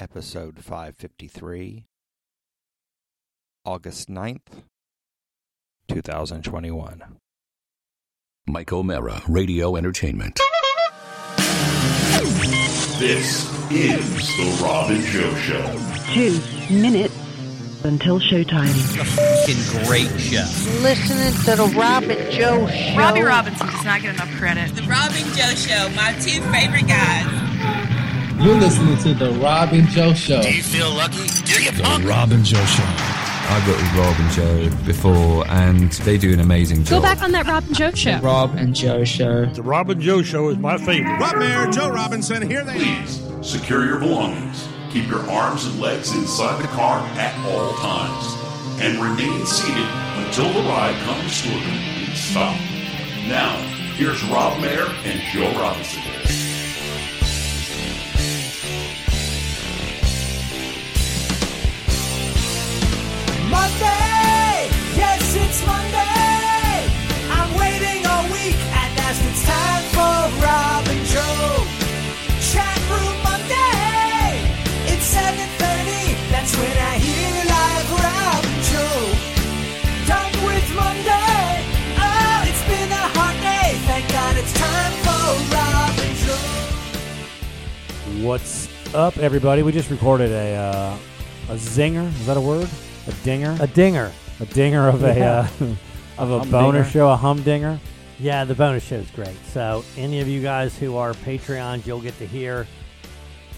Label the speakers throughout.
Speaker 1: episode 553, August 9th, 2021.
Speaker 2: Mike O'Mara, Radio Entertainment.
Speaker 3: This is the Robin Joe Show.
Speaker 4: two minutes until showtime.
Speaker 1: Great show.
Speaker 5: listening to the Robin Joe Show.
Speaker 6: Robbie Robinson does not get enough credit.
Speaker 7: The Robin Joe Show, my two favorite guys.
Speaker 8: You're listening to the Robin Joe Show.
Speaker 9: Robin Joe Show. I worked with Rob and Joe before, and they do an amazing job.
Speaker 10: Go back on that Rob and Joe show.
Speaker 8: Rob and Joe Show.
Speaker 11: The Robin Joe Show is my favorite.
Speaker 9: Rob Mayer, Joe Robinson, here they
Speaker 3: Please secure your belongings. Keep your arms and legs inside the car at all times. And remain seated until the ride comes to a complete stop. Now, here's Rob Mayer and Joe Robinson.
Speaker 7: Monday! Yes, it's Monday! I'm waiting all week, and that's it's time for Robin Joe. Chat Room Monday! It's 7.30, that's when I hear live Robin Joe. Done with Monday! Oh, it's been a hard day, thank God it's time for Robin Joe.
Speaker 11: What's up, everybody? We just recorded a uh, a zinger. Is that a word? A dinger? A dinger. A dinger of a uh, of a bonus show. A humdinger.
Speaker 12: Yeah, the bonus show is great. So, any of you guys who are Patreons, you'll get to hear.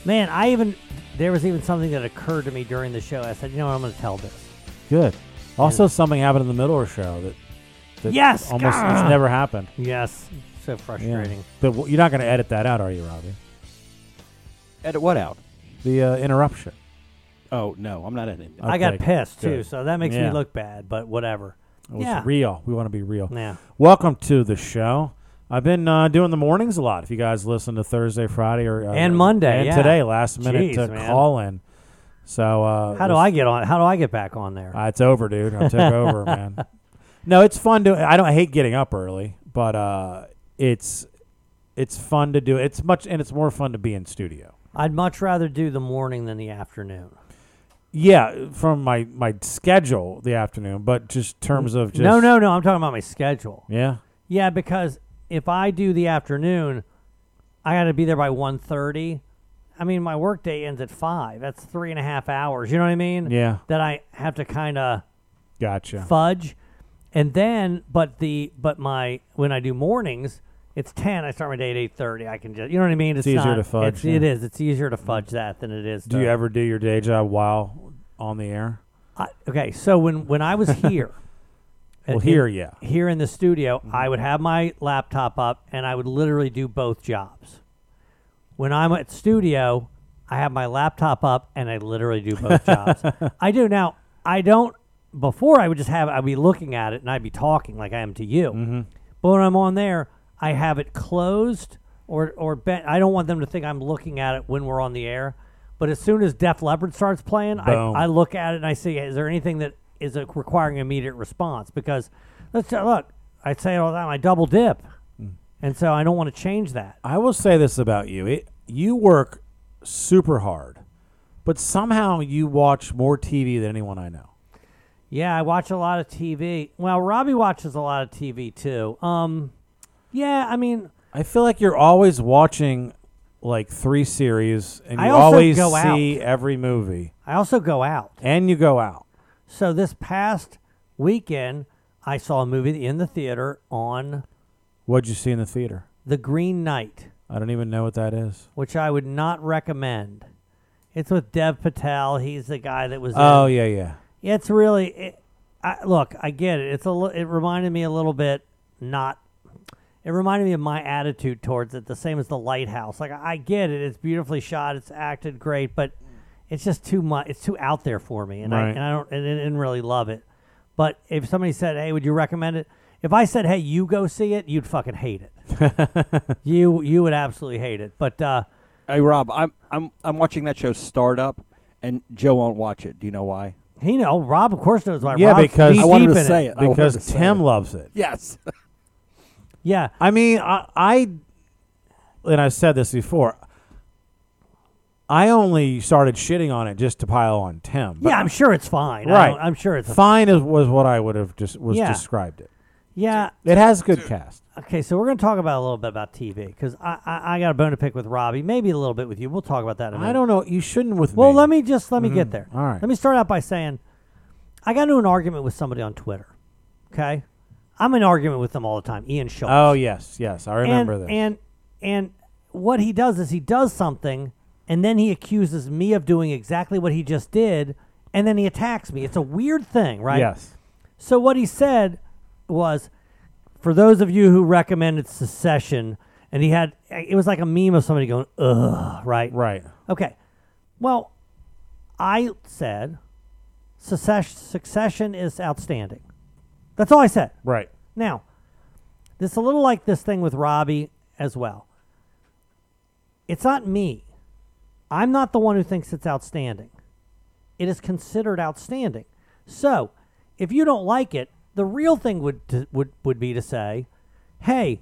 Speaker 12: Man, I even there was even something that occurred to me during the show. I said, you know what, I'm going to tell this.
Speaker 11: Good. Also, something happened in the middle of the show that, that
Speaker 12: Yes,
Speaker 11: almost
Speaker 12: God.
Speaker 11: it's never happened.
Speaker 12: Yes, so
Speaker 11: Yeah.
Speaker 12: frustrating.
Speaker 11: But w- you're not going to edit that out, are you, Robbie?
Speaker 1: Edit what out?
Speaker 11: The uh, interruption.
Speaker 1: Oh, no, I'm not editing.
Speaker 12: I got
Speaker 11: Okay,
Speaker 12: pissed too,
Speaker 11: good.
Speaker 12: so that makes
Speaker 11: Yeah.
Speaker 12: me look bad. But whatever.
Speaker 11: It was
Speaker 12: yeah.
Speaker 11: real. We want to be real.
Speaker 12: Yeah.
Speaker 11: Welcome to the show. I've been uh, doing the mornings a lot. If you guys listen to Thursday, Friday, or uh,
Speaker 12: And Monday,
Speaker 11: and
Speaker 12: yeah.
Speaker 11: today, last minute
Speaker 12: Jeez,
Speaker 11: to
Speaker 12: man.
Speaker 11: call in. So uh,
Speaker 12: How do
Speaker 11: this-
Speaker 12: I get on? How do I get back on there?
Speaker 11: Uh, it's over, dude. I took over, man. No, it's fun to. I don't I hate getting up early, but uh, it's it's fun to do. It's much and it's more fun to be in studio.
Speaker 12: I'd much rather do the morning than the afternoon.
Speaker 11: Yeah, from my my schedule the afternoon, but just terms of just
Speaker 12: no, no, no. I'm talking about my schedule.
Speaker 11: yeah.
Speaker 12: Yeah, because if I do the afternoon, I got to be there by 1.30. I mean, my work day ends at five. That's three and a half hours. You know what I mean?
Speaker 11: Yeah.
Speaker 12: That I have to kind of
Speaker 11: Gotcha.
Speaker 12: fudge, and then but the but my when I do mornings, it's ten. I start my day at eight thirty. I can just you know what I mean. It's,
Speaker 11: easier
Speaker 12: not-
Speaker 11: to fudge,
Speaker 12: It's, It
Speaker 11: yeah.
Speaker 12: is. It's easier to fudge that than it is.
Speaker 11: Do
Speaker 12: to-
Speaker 11: you ever do your day job while on the air?
Speaker 12: I, okay, so when when I was here, uh,
Speaker 11: Well,
Speaker 12: in-
Speaker 11: here, yeah. Mm-hmm.
Speaker 12: here in the studio, I would have my laptop up and I would literally do both jobs. When I'm at studio, I have my laptop up and I literally do both jobs. I do now. I don't. Before I would just have I'd be looking at it and I'd be talking like I am to you.
Speaker 11: Mm-hmm.
Speaker 12: But when I'm on there, I have it closed or or bent. I don't want them to think I'm looking at it when we're on the air. But as soon as Def Leppard starts playing, I,
Speaker 11: Boom.
Speaker 12: I look at it and I see is there anything that is uh, requiring immediate response? Because let's uh, look. I say it all the time. I double dip, and so I don't want to change that.
Speaker 11: Mm. I will say this about you: it, you work super hard, but somehow you watch more TV than anyone I know.
Speaker 12: Yeah, I watch a lot of TV. Well, Robbie watches a lot of TV too. Um, yeah, I mean,
Speaker 11: I feel like you're always watching like three series, and you
Speaker 12: I also
Speaker 11: always
Speaker 12: go
Speaker 11: see
Speaker 12: out.
Speaker 11: every movie,
Speaker 12: I also go out.
Speaker 11: and you go out.
Speaker 12: So this past weekend, I saw a movie in the theater on
Speaker 11: What'd you see in the theater?
Speaker 12: The Green Knight,
Speaker 11: I don't even know what that is.
Speaker 12: which I would not recommend. It's with Dev Patel. He's the guy that was.
Speaker 11: Oh
Speaker 12: in-
Speaker 11: yeah, yeah.
Speaker 12: It's really. It, I, look, I get it. It's a. li- It reminded me a little bit. Not. It reminded me of my attitude towards it, the same as the lighthouse. Like I I get it. It's beautifully shot. It's acted great, but it's just too much. It's too out there for me, and I
Speaker 11: Right.
Speaker 12: and I don't and I didn't really love it. But if somebody said, "Hey, would you recommend it?" If I said, "Hey, you go see it," you'd fucking hate it. you you would absolutely hate it. But uh,
Speaker 1: Hey, Rob, I'm, I'm, I'm watching that show Startup, and Joe won't watch it. Do you know why?
Speaker 12: he know Rob, of course knows why.
Speaker 11: Yeah,
Speaker 12: Rob's
Speaker 11: because-
Speaker 12: knee
Speaker 11: I
Speaker 1: wanted
Speaker 12: deep
Speaker 1: to
Speaker 12: in
Speaker 1: say it. I wanted to
Speaker 11: Because
Speaker 1: say
Speaker 11: Tim
Speaker 1: it.
Speaker 11: loves it.
Speaker 1: Yes.
Speaker 12: Yeah,
Speaker 11: I mean, I, I and I've said this before. I only started shitting on it just to pile on Tim. but-
Speaker 12: yeah, I'm sure it's fine. I
Speaker 11: Right,
Speaker 12: don't- I'm sure it's
Speaker 11: fine. Is, was what I would have just was
Speaker 12: Yeah.
Speaker 11: described it.
Speaker 12: Yeah,
Speaker 11: It has good cast.
Speaker 12: Okay, so we're going to talk about a little bit about TV because I, I I got a bone to pick with Robbie, maybe a little bit with you. We'll talk about that. In a
Speaker 11: I
Speaker 12: minute.
Speaker 11: don't know. You shouldn't with
Speaker 12: Well,
Speaker 11: me.
Speaker 12: let me just let me get
Speaker 11: Mhm.
Speaker 12: there.
Speaker 11: All right.
Speaker 12: Let me start out by saying I got into an argument with somebody on Twitter. Okay, I'm in argument with them all the time. Ian Schultz.
Speaker 11: Oh yes, yes, I remember
Speaker 12: and,
Speaker 11: this.
Speaker 12: And and what he does is he does something, and then he accuses me of doing exactly what he just did, and then he attacks me. It's a weird thing, right?
Speaker 11: Yes.
Speaker 12: So what he said was, for those of you who recommended secession, and he had it was like a meme of somebody going, "Ugh," right?
Speaker 11: Right.
Speaker 12: Okay. Well, I said, success, succession is outstanding. That's all I said.
Speaker 11: Right.
Speaker 12: Now, this a little like this thing with Robbie as well. It's not me. I'm not the one who thinks it's outstanding. It is considered outstanding. So, if you don't like it, the real thing would to, would would be to say, "Hey,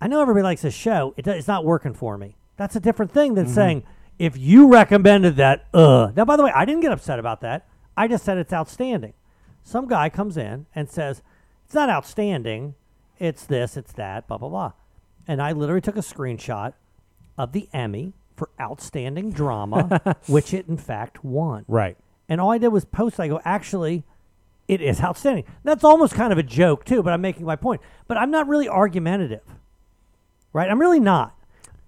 Speaker 12: I know everybody likes this show. It, do- it's not working for me." That's a different thing than saying, "If you recommended that, uh." Now, by the way, I didn't get upset about that. I just said it's outstanding. Some guy comes in and says, "It's not outstanding. It's this. It's that. Blah blah blah." And I literally took a screenshot of the Emmy for Outstanding Drama, which it in fact won.
Speaker 11: Right.
Speaker 12: And all I did was post. I go, actually, it is outstanding. That's almost kind of a joke too, but I'm making my point. But I'm not really argumentative, right? I'm really not.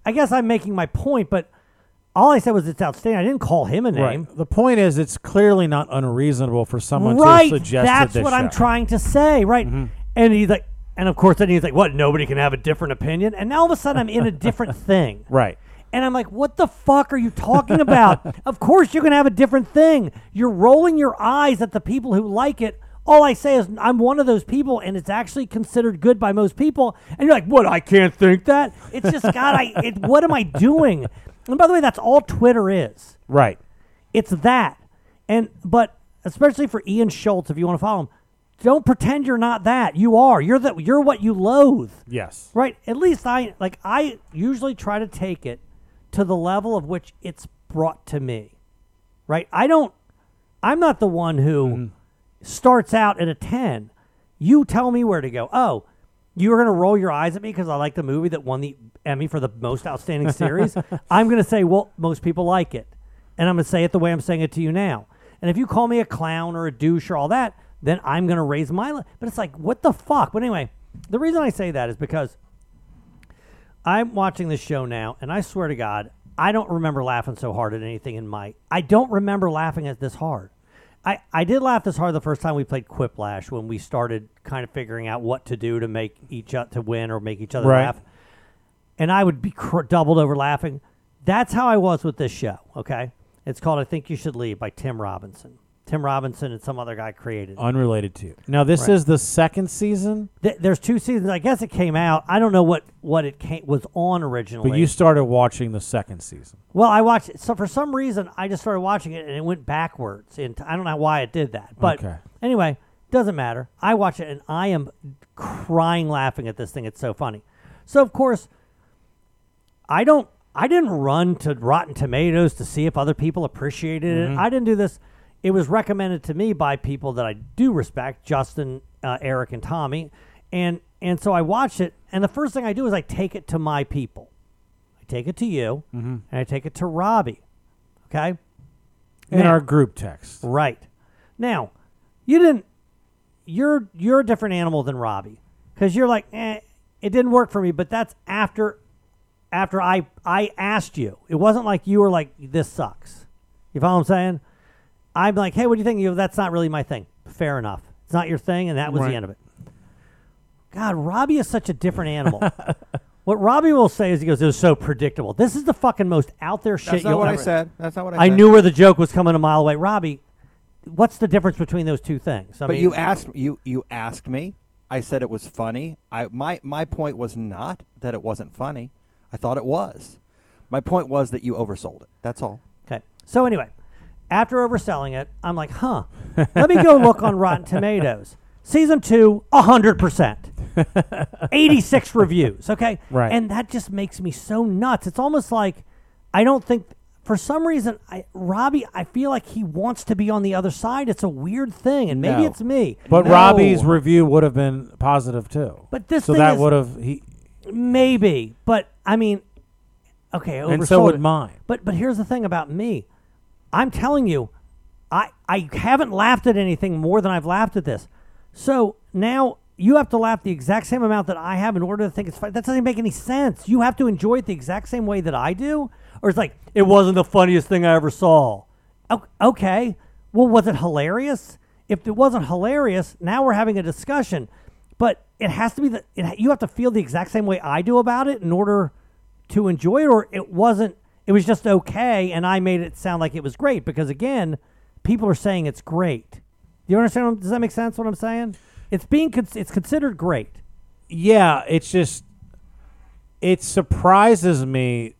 Speaker 12: I guess I'm making my point, but all I said was it's outstanding. I didn't call him a name.
Speaker 11: Right. The point is, it's clearly not unreasonable for someone
Speaker 12: right.
Speaker 11: to suggest
Speaker 12: That's
Speaker 11: this
Speaker 12: what I'm
Speaker 11: show. Mm-hmm.
Speaker 12: trying to say, right? And he's like, and of course, then he's like, what? Nobody can have a different opinion. And now all of a sudden, I'm in a different thing.
Speaker 11: Right.
Speaker 12: And I'm like, what the fuck are you talking about? of course you're going to have a different thing. You're rolling your eyes at the people who like it. All I say is, I'm one of those people, and it's actually considered good by most people. And you're like, what? I can't think that. It's just, God, I, it, what am I doing? And by the way, that's all Twitter is.
Speaker 11: Right.
Speaker 12: It's that. And but especially for Ian Schultz, if you want to follow him, don't pretend you're not that. You are. You're that you're what you loathe.
Speaker 11: Yes.
Speaker 12: Right. At least I like I usually try to take it to the level of which it's brought to me. Right? I don't I'm not the one who starts out at a 10. You tell me where to go. Oh, you're going to roll your eyes at me because I like the movie that won the Emmy for the most outstanding series. I'm going to say, well, most people like it. And I'm going to say it the way I'm saying it to you now. And if you call me a clown or a douche or all that, then I'm going to raise my. Li- but it's like, what the fuck? But anyway, the reason I say that is because I'm watching this show now, and I swear to God, I don't remember laughing so hard at anything in my. I don't remember laughing at this hard. I, I did laugh this hard the first time we played Quiplash when we started kind of figuring out what to do to make each other to win or make each other
Speaker 11: Right.
Speaker 12: laugh, and I would be cr- doubled over laughing. That's how I was with this show. Okay, it's called "I Think You Should Leave" by Tim Robinson. Tim Robinson and some other guy created. it.
Speaker 11: Unrelated to you. Now this
Speaker 12: Right.
Speaker 11: is the second season,
Speaker 12: Th- there's two seasons. I guess it came out. I don't know what what it came, was on originally.
Speaker 11: but you started watching the second season.
Speaker 12: Well, I watched it. So for some reason, I just started watching it and it went backwards. And I don't know why it did that. But
Speaker 11: Okay.
Speaker 12: anyway, doesn't matter. I watch it and I am crying laughing at this thing. It's so funny. So, of course, I don't. I didn't run to Rotten Tomatoes to see if other people appreciated it. I didn't do this. It was recommended to me by people that I do respect, Justin, uh, Eric, and Tommy, and and so I watched it. And the first thing I do is I take it to my people. I take it to you,
Speaker 11: Mm-hmm.
Speaker 12: and I take it to Robbie. Okay,
Speaker 11: In
Speaker 12: Now-
Speaker 11: our group text.
Speaker 12: Right. Now, you didn't. You're you're a different animal than Robbie because you're like, eh, it didn't work for me. But that's after after I I asked you. It wasn't like you were like, this sucks. You follow what I'm saying? I'm like, hey, what do you think? You go, that's not really my thing. Fair enough. It's not your thing, and that was
Speaker 11: Right.
Speaker 12: the end of it. God, Robbie is such a different animal. what Robbie will say is he goes, it was so predictable. This is the fucking most out there shit
Speaker 10: That's not
Speaker 12: you'll
Speaker 10: what I
Speaker 12: ever-
Speaker 10: said. That's not what I
Speaker 12: I
Speaker 10: said.
Speaker 12: knew where the joke was coming a mile away. Robbie, what's the difference between those two things? I
Speaker 1: but
Speaker 12: mean,
Speaker 1: you asked you you asked me. I said it was funny. I my my point was not that it wasn't funny. I thought it was. My point was that you oversold it. That's all.
Speaker 12: Okay. So anyway, after overselling it, I'm like, huh, let me go look on Rotten Tomatoes. Season two, 100%. 86 reviews, okay?
Speaker 11: Right.
Speaker 12: And that just makes me so nuts. It's almost like I don't think, for some reason, I, Robbie, I feel like he wants to be on the other side. It's a weird thing, and maybe
Speaker 11: No.
Speaker 12: it's me.
Speaker 11: But
Speaker 12: No.
Speaker 11: Robbie's review would have been positive too.
Speaker 12: But this
Speaker 11: so
Speaker 12: thing
Speaker 11: that
Speaker 12: is-
Speaker 11: would have he
Speaker 12: Maybe, but I mean, okay,
Speaker 11: And
Speaker 12: oversold
Speaker 11: so would
Speaker 12: it.
Speaker 11: mine.
Speaker 12: But but here's the thing about me, I'm telling you, I I haven't laughed at anything more than I've laughed at this. So now you have to laugh the exact same amount that I have in order to think it's funny. That doesn't make any sense. You have to enjoy it the exact same way that I do, or it's like it wasn't the funniest thing I ever saw. O- Okay, well, was it hilarious? If it wasn't hilarious, now we're having a discussion but it has to be the it, you have to feel the exact same way I do about it in order to enjoy it or it wasn't it was just okay and I made it sound like it was great because again people are saying it's great you understand what- does that make sense what I'm saying it's being cons- it's considered great
Speaker 11: yeah, it's just it surprises me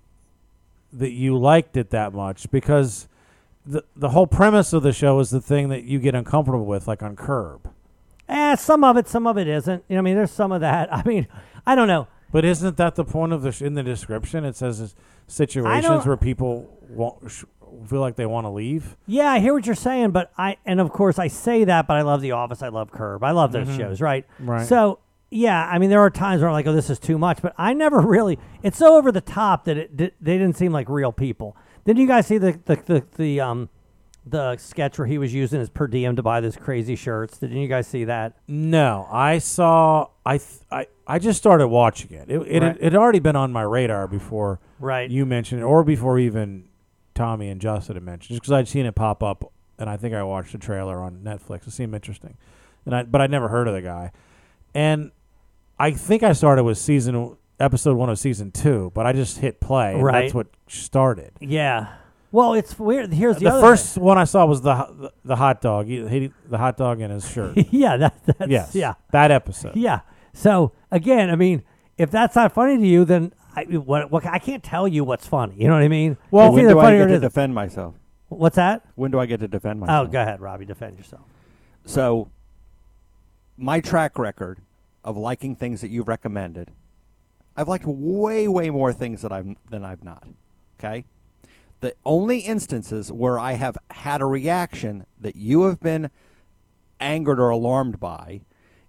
Speaker 11: that you liked it that much because the the whole premise of the show is the thing that you get uncomfortable with, like on Curb.
Speaker 12: eh some of it some of it isn't you know I mean there's some of that I mean I don't know
Speaker 11: But isn't that the point of the sh- in the description? It says it's situations where people won't sh- feel like they want to leave.
Speaker 12: Yeah, I hear what you're saying, but I and of course I say that, but I love The Office, I love Curb, I love those
Speaker 11: Mhm.
Speaker 12: shows, right?
Speaker 11: Right.
Speaker 12: So yeah, I mean there are times where I'm like, oh, this is too much, but I never really. It's so over the top that it di- they didn't seem like real people. Then you guys see the the the, the um the sketch where he was using his per diem to buy those crazy shirts. Didn't you guys see that?
Speaker 11: No, I saw. I th- I I just started watching it. It it,
Speaker 12: Right.
Speaker 11: it had already been on my radar before.
Speaker 12: Right.
Speaker 11: You mentioned it, or before even Tommy and Justin had mentioned, just because I'd seen it pop up, and I think I watched the trailer on Netflix. It seemed interesting, and I but I'd never heard of the guy, and I think I started with season episode one of season two, but I just hit play. and
Speaker 12: Right.
Speaker 11: That's what started.
Speaker 12: Yeah. Well, it's weird. Here's the,
Speaker 11: the
Speaker 12: other
Speaker 11: first one I saw was the ho- the, the hot dog. He, he- the hot dog in his shirt.
Speaker 12: thing. yeah, that, that's
Speaker 11: yes.
Speaker 12: yeah.
Speaker 11: That e-, episode.
Speaker 12: Yeah. So again, I mean, if that's not funny to you, then I what, what I can't tell you what's funny. You know what I mean?
Speaker 1: Well,
Speaker 12: it's
Speaker 1: when
Speaker 12: either
Speaker 1: do I
Speaker 12: funny
Speaker 1: get
Speaker 12: or it
Speaker 1: to
Speaker 12: isn't.
Speaker 1: defend myself?
Speaker 12: What's that?
Speaker 1: When do I get to defend
Speaker 12: Oh,
Speaker 1: myself?
Speaker 12: go ahead, Robbie, defend yourself.
Speaker 1: So, my track record of liking things that you've recommended, I've liked way, way more things that I'm than I've not. Okay. The only instances where I have had a reaction that you have been angered or alarmed by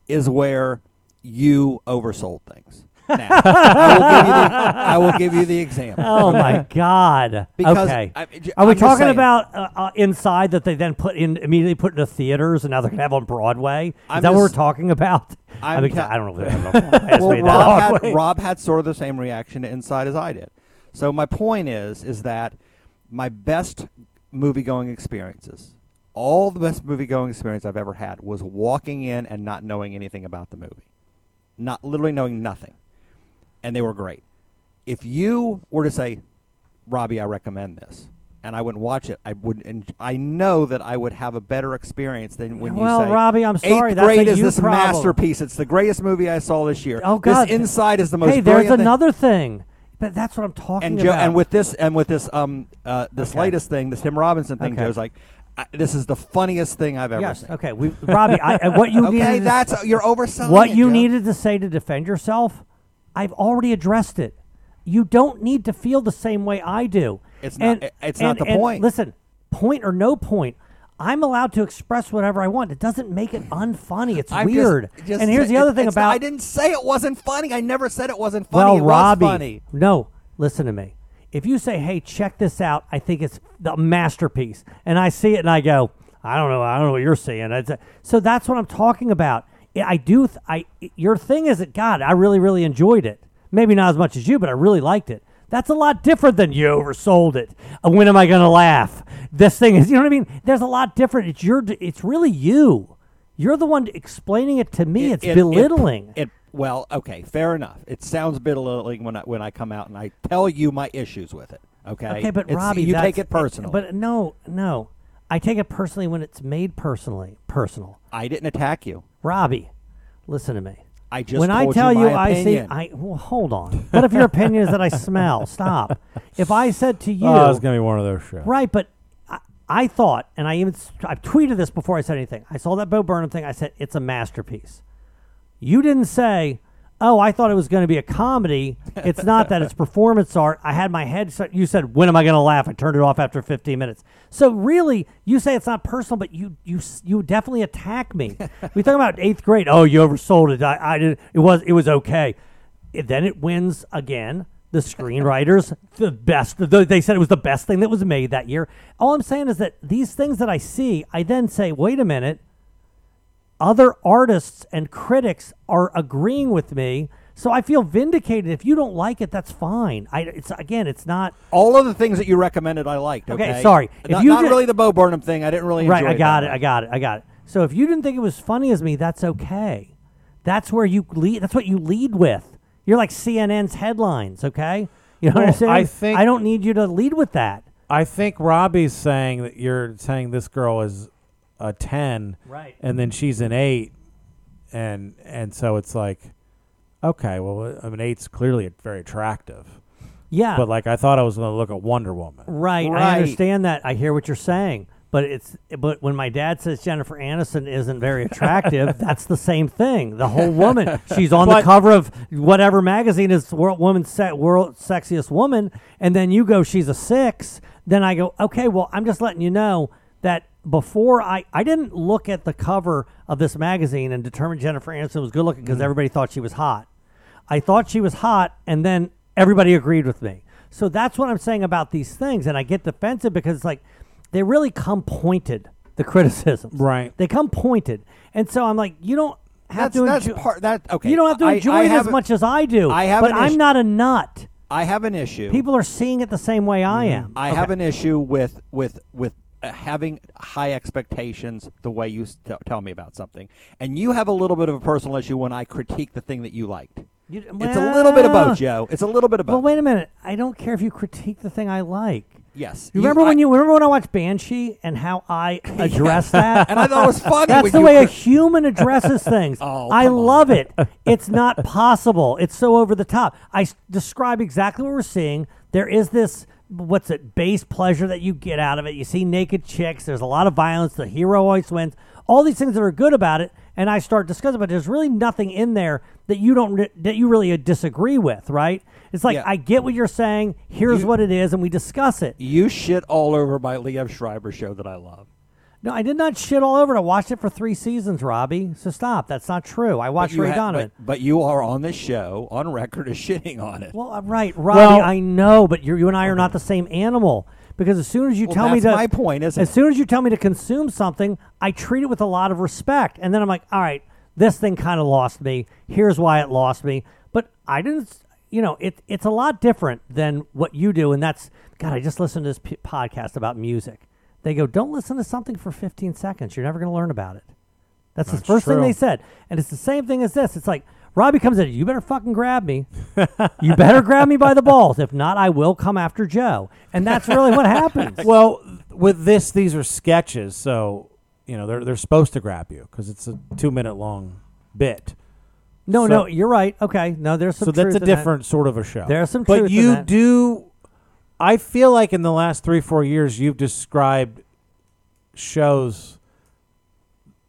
Speaker 1: is where you oversold things. Now, I, will give you the, I will give you the example.
Speaker 12: Oh my God!
Speaker 1: Because
Speaker 12: okay,
Speaker 1: I-
Speaker 12: are we
Speaker 1: I'm just
Speaker 12: talking
Speaker 1: saying.
Speaker 12: about uh, uh, inside that they then put in immediately put into theaters and now they're gonna have on Broadway? Is
Speaker 1: I'm
Speaker 12: that what we're
Speaker 1: just-
Speaker 12: talking about? I
Speaker 1: I'm
Speaker 12: mean,
Speaker 1: ca-
Speaker 12: I don't know. If they're gonna have it on Broadway. It's
Speaker 1: well,
Speaker 12: made that
Speaker 1: Rob
Speaker 12: Broadway.
Speaker 1: had, Rob had sort of the same reaction to Inside as I did. So my point is, is that my best movie-going experiences, all the best movie-going experience I've ever had, was walking in and not knowing anything about the movie, not literally knowing nothing, and they were great. If you were to say, Robbie, I recommend this. And I wouldn't watch it. I would, and I know that I would have a better experience than when
Speaker 12: Well,
Speaker 1: you say,
Speaker 12: Robbie, I'm sorry,
Speaker 1: Eighth
Speaker 12: that's a
Speaker 1: grade is
Speaker 12: you
Speaker 1: this
Speaker 12: problem."
Speaker 1: masterpiece. It's the greatest movie I saw this year.
Speaker 12: Oh God!
Speaker 1: this Inside is the most.
Speaker 12: Hey, there's
Speaker 1: brilliant thing."
Speaker 12: another thing. But that's what I'm talking
Speaker 1: And Joe,
Speaker 12: about.
Speaker 1: and with this, and with this, um, uh, this latest thing, this Tim Robinson thing,
Speaker 12: Okay.
Speaker 1: Joe's like, I, this is the funniest thing I've ever
Speaker 12: Yes.
Speaker 1: seen.
Speaker 12: Okay. We, Robbie, I, and what you
Speaker 1: okay,
Speaker 12: needed to-
Speaker 1: that's you're overselling.
Speaker 12: what
Speaker 1: it,
Speaker 12: you
Speaker 1: Joe.
Speaker 12: needed to say to defend yourself. I've already addressed it. You don't need to feel the same way I do.
Speaker 1: It's not- it- it's not the
Speaker 12: and
Speaker 1: point.
Speaker 12: Listen, point or no point, I'm allowed to express whatever I want. It doesn't make it unfunny. It's
Speaker 1: I'm just-
Speaker 12: weird.
Speaker 1: just
Speaker 12: and here's the
Speaker 1: saying-
Speaker 12: other thing
Speaker 1: it's not-
Speaker 12: about
Speaker 1: I didn't say it wasn't funny. I never said it wasn't funny.
Speaker 12: well,
Speaker 1: it
Speaker 12: Robbie,
Speaker 1: was funny.
Speaker 12: no, listen to me. If you say, "Hey, check this out," I think it's the masterpiece, and I see it and I go, "I don't know, I don't know what you're seeing." It's a- so that's what I'm talking about. I- I do. Th- I your thing is that God, I really, really enjoyed it. Maybe not as much as you, but I really liked it. That's a lot different than you oversold it. Uh, When am I going to laugh? This thing is, you know what I mean? There's a lot different. It's your. d- It's really you. You're the one explaining it to me. it's
Speaker 1: it- it-
Speaker 12: belittling.
Speaker 1: It, well, okay, fair enough. It sounds belittling when I when I come out and I tell you my issues with it. Okay.
Speaker 12: Okay, but
Speaker 1: It's-
Speaker 12: Robbie,
Speaker 1: you
Speaker 12: that's-
Speaker 1: take it personal.
Speaker 12: But no, no, I take it personally when it's made personally personal.
Speaker 1: I didn't attack you.
Speaker 12: Robbie, listen to me.
Speaker 1: I just
Speaker 12: when I
Speaker 1: told
Speaker 12: tell
Speaker 1: you,
Speaker 12: you,
Speaker 1: my
Speaker 12: I see.
Speaker 1: opinion.
Speaker 12: I well, hold on. What if your opinion is that I smell? Stop. If I said to you,
Speaker 11: Oh, it's gonna be one of those shows.
Speaker 12: Right, but I, I thought, and I even s- I've tweeted this before I said anything. I saw that Bo Burnham thing. I said it's a masterpiece. You didn't say, oh, I thought it was going to be a comedy. It's not that it's performance art. I had my head. set- You said, when am I going to laugh? I turned it off after 15 minutes. So really, you say it's not personal, but you you s- you definitely attack me. we talk about eighth grade. Oh, you oversold it. I, I did. It was it was okay. It- then it wins again. The screenwriters, the best. th- They said it was the best thing that was made that year. All I'm saying is that these things that I see, I then say, wait a minute other artists and critics are agreeing with me. So I feel vindicated. If you don't like it, that's fine. I, it's again, it's not
Speaker 1: All of the things that you recommended, I liked. Okay,
Speaker 12: Okay, sorry. If
Speaker 1: Not,
Speaker 12: you
Speaker 1: not
Speaker 12: did-
Speaker 1: really the Bo Burnham thing. I didn't really
Speaker 12: right.
Speaker 1: enjoy
Speaker 12: I got
Speaker 1: that
Speaker 12: it.
Speaker 1: much.
Speaker 12: I got it. I got it. So if you didn't think it was funny as me, that's okay. That's where you lead. That's what you lead with. You're like CNN's headlines. Okay, you know what
Speaker 11: Well,
Speaker 12: I'm saying?
Speaker 11: I think-
Speaker 12: I don't need you to lead with that.
Speaker 11: I think Robbie's saying that you're saying this girl is a ten,
Speaker 12: Right.
Speaker 11: And then she's an eight, and and so it's like, okay, well, I mean, eight's clearly very attractive.
Speaker 12: Yeah.
Speaker 11: But like, I thought I was going to look at Wonder Woman.
Speaker 12: Right,
Speaker 11: Right.
Speaker 12: I understand that. I hear what you're saying, but it's but when my dad says Jennifer Aniston isn't very attractive, that's the same thing. The whole woman, she's on the
Speaker 11: But-
Speaker 12: cover of whatever magazine is world woman se- world sexiest woman, and then you go she's a six. Then I go okay, well I'm just letting you know that before I I didn't look at the cover of this magazine and determine Jennifer Aniston was good looking
Speaker 11: Mm.
Speaker 12: because everybody thought she was hot. I thought she was hot, and then everybody agreed with me. So that's what I'm saying about these things, and I get defensive because it's like they really come pointed. The criticisms,
Speaker 11: Right.
Speaker 12: They come pointed, and so I'm like, you don't
Speaker 1: That's-
Speaker 12: have to.
Speaker 1: that's
Speaker 12: enjoy-
Speaker 1: part- that- okay.
Speaker 12: You don't have to
Speaker 1: I-
Speaker 12: enjoy
Speaker 1: I
Speaker 12: it
Speaker 1: have
Speaker 12: as
Speaker 1: a-
Speaker 12: much as I do.
Speaker 1: I have
Speaker 12: but
Speaker 1: an
Speaker 12: I'm
Speaker 1: issue-
Speaker 12: not a nut.
Speaker 1: I have an issue.
Speaker 12: People are seeing it the same way I am.
Speaker 1: Mm-hmm. I have an issue with with with uh, having high expectations the way you s- t- tell me about something, and you have a little bit of a personal issue when I critique the thing that you liked.
Speaker 12: You-
Speaker 1: it's a little bit of
Speaker 12: well-
Speaker 1: both, Joe. It's a little bit of both.
Speaker 12: Well, wait a minute. I don't care if you critique the thing I like.
Speaker 1: Yes.
Speaker 12: You remember
Speaker 1: I-
Speaker 12: when you remember when I watched Banshee and how I addressed that?
Speaker 1: And I thought it was funny
Speaker 12: That's
Speaker 1: when
Speaker 12: the
Speaker 1: you
Speaker 12: way a
Speaker 1: cri-
Speaker 12: human addresses things.
Speaker 1: Oh,
Speaker 12: I
Speaker 1: come on.
Speaker 12: love it. It's not possible. It's so over the top. I s- describe exactly what we're seeing. There is this what's it base pleasure that you get out of it. You see naked chicks. There's a lot of violence. The hero always wins. All these things that are good about it, and I start discussing. But there's really nothing in there that you don't re- that you really uh, disagree with, right? It's like
Speaker 1: Yeah.
Speaker 12: I get what you're saying. Here's what it is, and we discuss it.
Speaker 1: you shit all over my Liam Schreiber show that I love.
Speaker 12: No, I did not shit all over it. I watched it for three seasons, Robbie. So stop. That's not true. I watched
Speaker 1: you
Speaker 12: Ray
Speaker 1: ha-
Speaker 12: Donovan.
Speaker 1: but, but you are on this show on record as shitting on it.
Speaker 12: well, uh, right, Robbie.
Speaker 11: Well-
Speaker 12: I know, but you you and I are not the same animal. Because as soon as you
Speaker 1: Well,
Speaker 12: tell me
Speaker 1: that's
Speaker 12: to,
Speaker 1: my point, isn't
Speaker 12: as
Speaker 1: it?
Speaker 12: soon as you tell me to consume something, I treat it with a lot of respect, and then I'm like, all right, this thing kind of lost me. Here's why it lost me. But I didn't. s- You know, it it's a lot different than what you do, and that's God. I just listened to this p- podcast about music. They go, don't listen to something for 15 seconds. You're never going to learn about it. That's the first thing
Speaker 11: true.
Speaker 12: they said. And it's the same thing as this. It's like Robbie comes in, you better fucking grab me. you better grab me by the balls. If not, I will come after Joe. And that's really what happens.
Speaker 11: well, with this, these are sketches, so you know they're they're supposed to grab you because it's a two minute long bit.
Speaker 12: No,
Speaker 11: So-
Speaker 12: no, you're right. Okay. No, there's some
Speaker 11: so that's
Speaker 12: truth
Speaker 11: a
Speaker 12: in that.
Speaker 11: different sort of a show.
Speaker 12: There's some
Speaker 11: but
Speaker 12: truth in
Speaker 11: you
Speaker 12: that.
Speaker 11: do. I feel like in the last three four years, you've described shows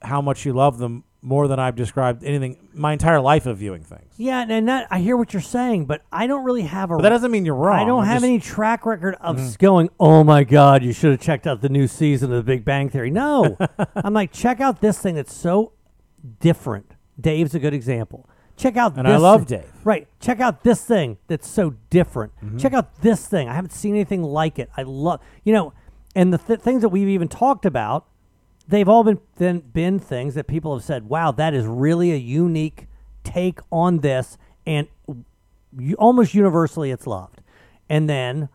Speaker 11: how much you love them more than I've described anything my entire life of viewing things.
Speaker 12: Yeah, and- and that, I hear what you're saying, but I don't really have a
Speaker 11: But that doesn't mean you're wrong.
Speaker 12: I don't
Speaker 11: I'm
Speaker 12: have
Speaker 11: just- Mm-hmm.
Speaker 12: any track record of s going, oh my God, you should have checked out the new season of The Big Bang Theory. No. I'm like, check out this thing that's so different. Dave's a good example. Check out
Speaker 11: And I
Speaker 12: this.
Speaker 11: love Dave. Mm-hmm.
Speaker 12: Right. Check out this thing that's so different. Check out this thing. I haven't seen anything like it. I love, you know, and the th- things that we've even talked about, they've all been, been been things that people have said, "Wow, that is really a unique take on this," and you, almost universally, it's loved. And then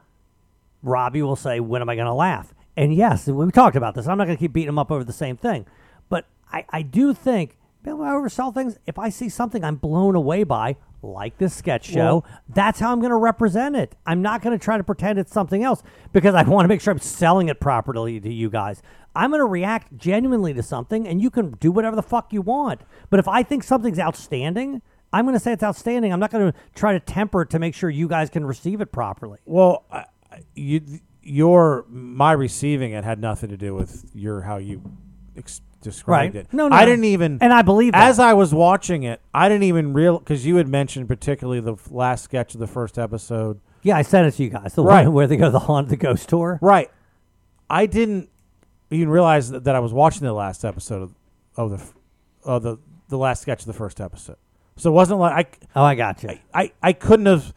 Speaker 12: Robbie will say, "When am I going to laugh?" And yes, we talked about this. I'm not going to keep beating him up over the same thing, but I, I do think man, when I oversell things. If I see something I'm blown away by, like this sketch show, that's how I'm going to represent it. I'm not going to try to pretend it's something else because I want to make sure I'm selling it properly to you guys. I'm going to react genuinely to something, and you can do whatever the fuck you want. But if I think something's outstanding. I'm going to say it's outstanding. I'm not going to try to temper it to make sure you guys can receive it properly.
Speaker 11: Well, I, I- you, your my receiving it had nothing to do with your how you ex- described
Speaker 12: Right.
Speaker 11: it.
Speaker 12: No, no,
Speaker 11: I
Speaker 12: no.
Speaker 11: didn't even.
Speaker 12: And I believe that.
Speaker 11: As I was watching it, I didn't even real because you had mentioned particularly the f- last sketch of the first episode.
Speaker 12: Yeah, I sent it to you guys. The
Speaker 11: Right.
Speaker 12: one where they go to the haunted the ghost tour.
Speaker 11: Right. I didn't even realize that, that I was watching the last episode of, of the f- of the the last sketch of the first episode. So it wasn't like I.
Speaker 12: Oh, I got you.
Speaker 11: I, I, couldn't have.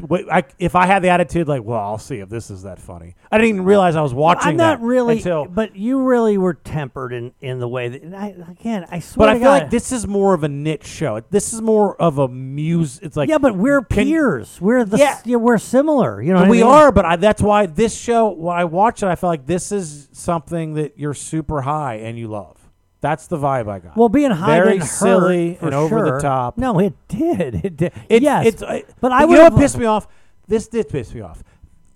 Speaker 11: wait, I, if I had the attitude like, well, I'll see if this is that funny. I didn't even realize I was watching.
Speaker 12: I'm not
Speaker 11: that
Speaker 12: really,
Speaker 11: until-
Speaker 12: but you really were tempered in, in the way that and I, again. I
Speaker 11: but
Speaker 12: swear,
Speaker 11: I
Speaker 12: to
Speaker 11: feel
Speaker 12: God,
Speaker 11: like this is more of a niche show. This is more of a muse. It's like
Speaker 12: yeah, but we're
Speaker 11: Can-
Speaker 12: peers. We're the
Speaker 11: Yeah.
Speaker 12: s- yeah, we're similar. You know, what I
Speaker 11: we
Speaker 12: mean?
Speaker 11: are, but I, that's why this show. When I watch it, I feel like this is something that you're super high and you love. That's the vibe I got.
Speaker 12: Well, being high
Speaker 11: very
Speaker 12: didn't hurt,
Speaker 11: silly
Speaker 12: for
Speaker 11: and over the
Speaker 12: sure.
Speaker 11: top.
Speaker 12: No, it did. It did.
Speaker 11: It,
Speaker 12: yes,
Speaker 11: it's, I-
Speaker 12: but I
Speaker 11: you
Speaker 12: would
Speaker 11: know what pissed me off. This did piss me off.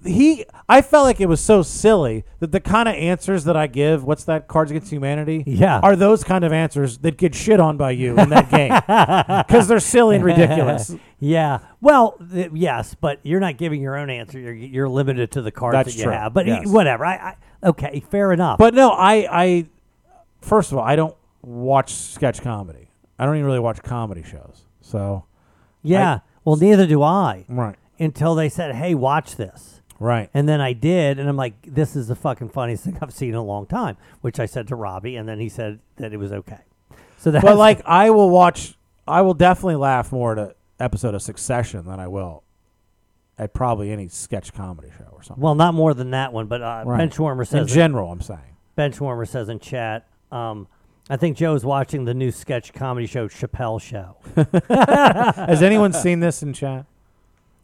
Speaker 11: He, I felt like it was so silly that the kind of answers that I give, what's that, Cards Against Humanity?
Speaker 12: Yeah.
Speaker 11: are those kind of answers that get shit on by you in that game because they're silly and uh, ridiculous.
Speaker 12: yeah. Well, th- yes, but you're not giving your own answer. You're you're limited to the cards
Speaker 11: That's
Speaker 12: that you
Speaker 11: true.
Speaker 12: have. But e-
Speaker 11: Yes.
Speaker 12: whatever. I, I okay. Fair enough.
Speaker 11: But no, I, I, first of all, I don't watch sketch comedy. I don't even really watch comedy shows. So,
Speaker 12: yeah.
Speaker 11: I-
Speaker 12: well, neither do I.
Speaker 11: Right.
Speaker 12: Until they said, "Hey, watch this."
Speaker 11: right,
Speaker 12: And then I did, and I'm like, "This is the fucking funniest thing I've seen in a long time." Which I said to Robbie, and then he said that it was okay. So that
Speaker 11: but like I will watch. I will definitely laugh more at an episode of Succession than I will at probably any sketch comedy show or something.
Speaker 12: well, not more than that one, but uh,
Speaker 11: Right.
Speaker 12: Benchwarmer says
Speaker 11: in
Speaker 12: it-
Speaker 11: general, I'm saying.
Speaker 12: Benchwarmer says in chat. Um, I think Joe's watching the new sketch comedy show Chappelle Show.
Speaker 11: Has anyone seen this in chat?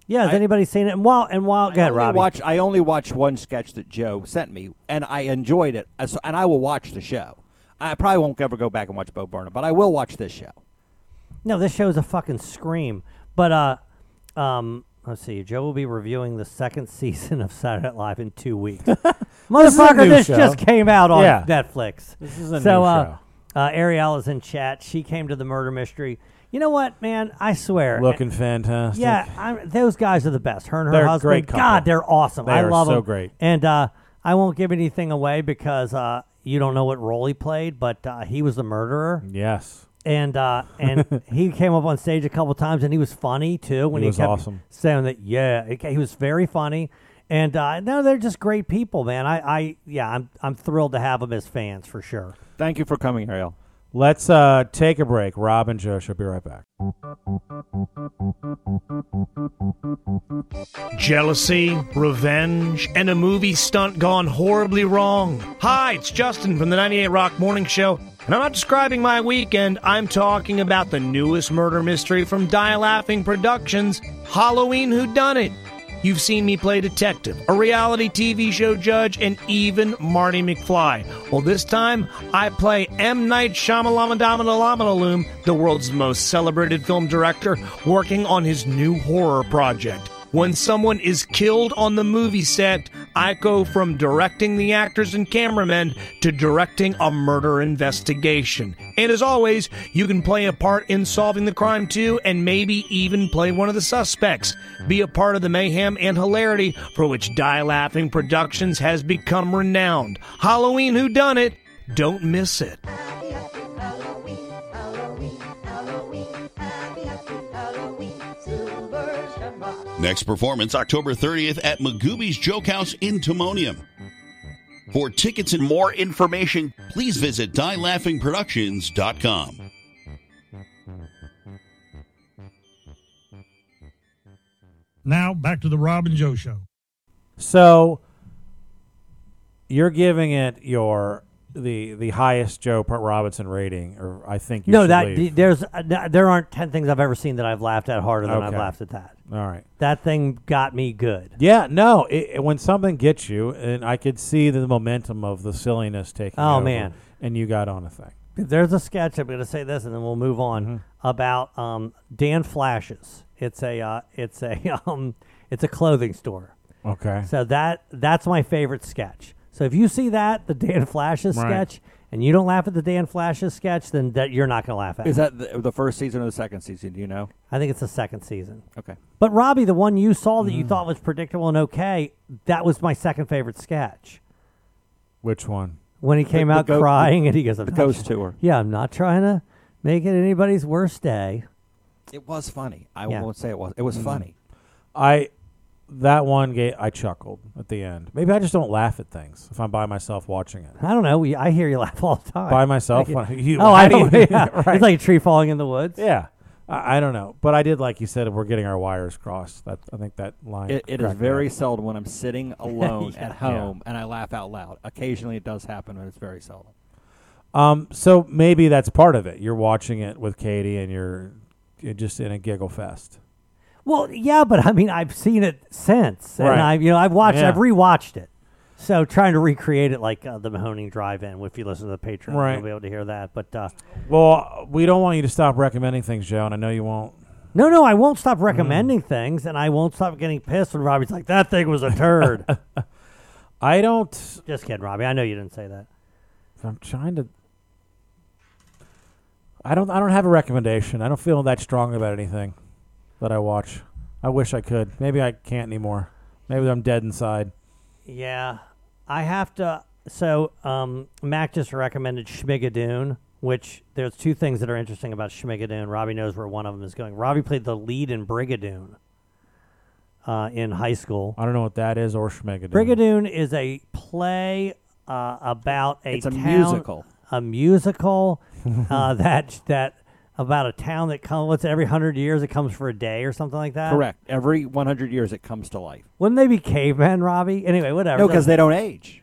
Speaker 12: Yeah, has anybody seen it? And while and while, go
Speaker 1: I
Speaker 12: ahead,
Speaker 1: only
Speaker 12: Robbie.
Speaker 1: watch. I only watch one sketch that Joe sent me, and I enjoyed it. Uh, so- And I will watch the show. I probably won't ever go back and watch Bo Burnham, but I will watch this show.
Speaker 12: No, this show is a fucking scream. But uh, um, let's see. Joe will be reviewing the second season of Saturday Night Live in two weeks. Motherfucker,
Speaker 11: new
Speaker 12: this,
Speaker 11: show.
Speaker 12: just came out on
Speaker 11: Yeah.
Speaker 12: Netflix.
Speaker 11: This is a
Speaker 12: so,
Speaker 11: new
Speaker 12: uh, uh, Ariel is in chat. She came to the murder mystery. You know what, man? I swear.
Speaker 11: Looking fantastic.
Speaker 12: Yeah, I'm, those guys are the best. Her and her
Speaker 11: They're a
Speaker 12: husband.
Speaker 11: great couple.
Speaker 12: God, they're awesome.
Speaker 11: They
Speaker 12: I
Speaker 11: are
Speaker 12: love
Speaker 11: so
Speaker 12: them.
Speaker 11: great.
Speaker 12: And uh, I won't give anything away because uh, you don't know what role he played, but uh, he was the murderer.
Speaker 11: Yes.
Speaker 12: And uh, and he came up on stage a couple times, and he was funny too. When
Speaker 11: He
Speaker 12: he,
Speaker 11: was
Speaker 12: kept
Speaker 11: awesome.
Speaker 12: saying that, yeah, he- he was very funny. And uh, no, they're just great people, man. I, I yeah, I'm I'm thrilled to have them as fans for sure.
Speaker 1: Thank you for coming, Ariel.
Speaker 11: Let's uh, take a break. Rob and Joe should be right back.
Speaker 10: Jealousy, revenge, and a movie stunt gone horribly wrong. Hi, it's Justin from the 98 Rock Morning Show, and I'm not describing my weekend, I'm talking about the newest murder mystery from Die Laughing Productions Halloween Who Done It. You've seen me play detective, a reality TV show judge, and even Marty McFly. Well, this time I play M. Night Shyamalan, the world's most celebrated film director, working on his new horror project. When someone is killed on the movie set, I go from directing the actors and cameramen to directing a murder investigation. And as always, you can play a part in solving the crime too, and maybe even play one of the suspects. Be a part of the mayhem and hilarity for which Die Laughing Productions has become renowned. Halloween Who Done It? Don't miss it.
Speaker 3: Next performance October 30th at Magooby's Joke House in Timonium. For tickets and more information, please visit dielaughingproductions.com.
Speaker 13: Now back to the Rob and Joe show.
Speaker 11: So you're giving it your the the highest Joe Robinson rating, or I think you
Speaker 12: no,
Speaker 11: should
Speaker 12: that
Speaker 11: leave.
Speaker 12: th- there's uh, th- there aren't ten things I've ever seen that I've laughed at harder than I've
Speaker 11: Okay.
Speaker 12: laughed at that.
Speaker 11: All right.
Speaker 12: That thing got me good.
Speaker 11: Yeah, no. It, it- when something gets you, and I could see the momentum of the silliness taking.
Speaker 12: Oh,
Speaker 11: over,
Speaker 12: man.
Speaker 11: And you got on a thing.
Speaker 12: There's a sketch. I'm going to say this, and then we'll move on
Speaker 1: Mm-hmm.
Speaker 12: about um, Dan Flashes. It's a uh, it's a um, it's a clothing store.
Speaker 11: Okay.
Speaker 12: So that that's my favorite sketch. So if you see that the Dan Flashes
Speaker 1: Right.
Speaker 12: sketch, and you don't laugh at the Dan Flashes sketch, then that you're not going to laugh at.
Speaker 1: Is
Speaker 12: it.
Speaker 1: that the, the first season or the second season? Do you know?
Speaker 12: I think it's the second season.
Speaker 1: Okay.
Speaker 12: But Robbie, the one you saw that you
Speaker 1: Mm.
Speaker 12: thought was predictable and okay, that was my second favorite sketch.
Speaker 11: Which one?
Speaker 12: when he came
Speaker 1: the
Speaker 12: out
Speaker 1: goat-
Speaker 12: crying
Speaker 1: the-
Speaker 12: and he goes,
Speaker 1: the
Speaker 12: "I'm not
Speaker 1: ghost
Speaker 12: try-
Speaker 1: tour.
Speaker 12: Yeah, I'm not trying to make it anybody's worst day.
Speaker 1: It was funny. I
Speaker 12: Yeah.
Speaker 1: won't say it was. It was
Speaker 11: Mhm.
Speaker 1: funny.
Speaker 11: I that one gate I chuckled at the end. Maybe I just don't laugh at things if I'm by myself watching it.
Speaker 12: I don't know. We, I hear you laugh all the time.
Speaker 11: By myself?
Speaker 12: Like,
Speaker 11: You-
Speaker 12: oh, I
Speaker 11: how do
Speaker 12: don't.
Speaker 11: you-
Speaker 12: yeah.
Speaker 11: Right.
Speaker 12: It's like a tree falling in the woods.
Speaker 11: Yeah, I, I don't know, but I did like you said. We're getting our wires crossed. That I think that line.
Speaker 1: It, it is
Speaker 11: cracked me
Speaker 1: very
Speaker 11: up.
Speaker 1: seldom when I'm sitting alone
Speaker 11: Yeah.
Speaker 1: at home and I laugh out loud. Occasionally it does happen, but it's very seldom.
Speaker 11: Um, so maybe that's part of it. You're watching it with Katie, and you're, you're just in a giggle fest.
Speaker 12: Well, yeah, but I mean, I've seen it since,
Speaker 11: Right.
Speaker 12: and I, you know, I've watched,
Speaker 11: Yeah.
Speaker 12: I've rewatched it. So trying to recreate it like uh, the Mahoning Drive-In. If you listen to the Patreon,
Speaker 11: Right.
Speaker 12: you'll be able to hear that. But uh,
Speaker 11: Well, we don't want you to stop recommending things, Joe, and I know you won't.
Speaker 12: no, no, I won't stop recommending
Speaker 11: Mm.
Speaker 12: things, and I won't stop getting pissed when Robbie's like, "That thing was a turd."
Speaker 11: I don't.
Speaker 12: Just kidding, Robbie. I know you didn't say that.
Speaker 11: I'm trying to. I don't. I don't have a recommendation. I don't feel that strong about anything that I watch. I wish I could. Maybe I can't anymore. Maybe I'm dead inside.
Speaker 12: Yeah, I have to. So, um, Mac just recommended Schmigadoon, which there's two things that are interesting about Schmigadoon. Robbie knows where one of them is going. Robbie played the lead in Brigadoon uh, in high school.
Speaker 11: I don't know what that is or Schmegadoon.
Speaker 12: Brigadoon is a play uh, about a
Speaker 1: It's a
Speaker 12: town-
Speaker 1: musical.
Speaker 12: a musical uh, that that about a town that comes what's it, every hundred years it comes for a day or something like that.
Speaker 1: Correct. Every 100 years it comes to life.
Speaker 12: Wouldn't they be cavemen, Robbie? Anyway, whatever.
Speaker 1: No, because
Speaker 12: doesn't-
Speaker 1: they don't age.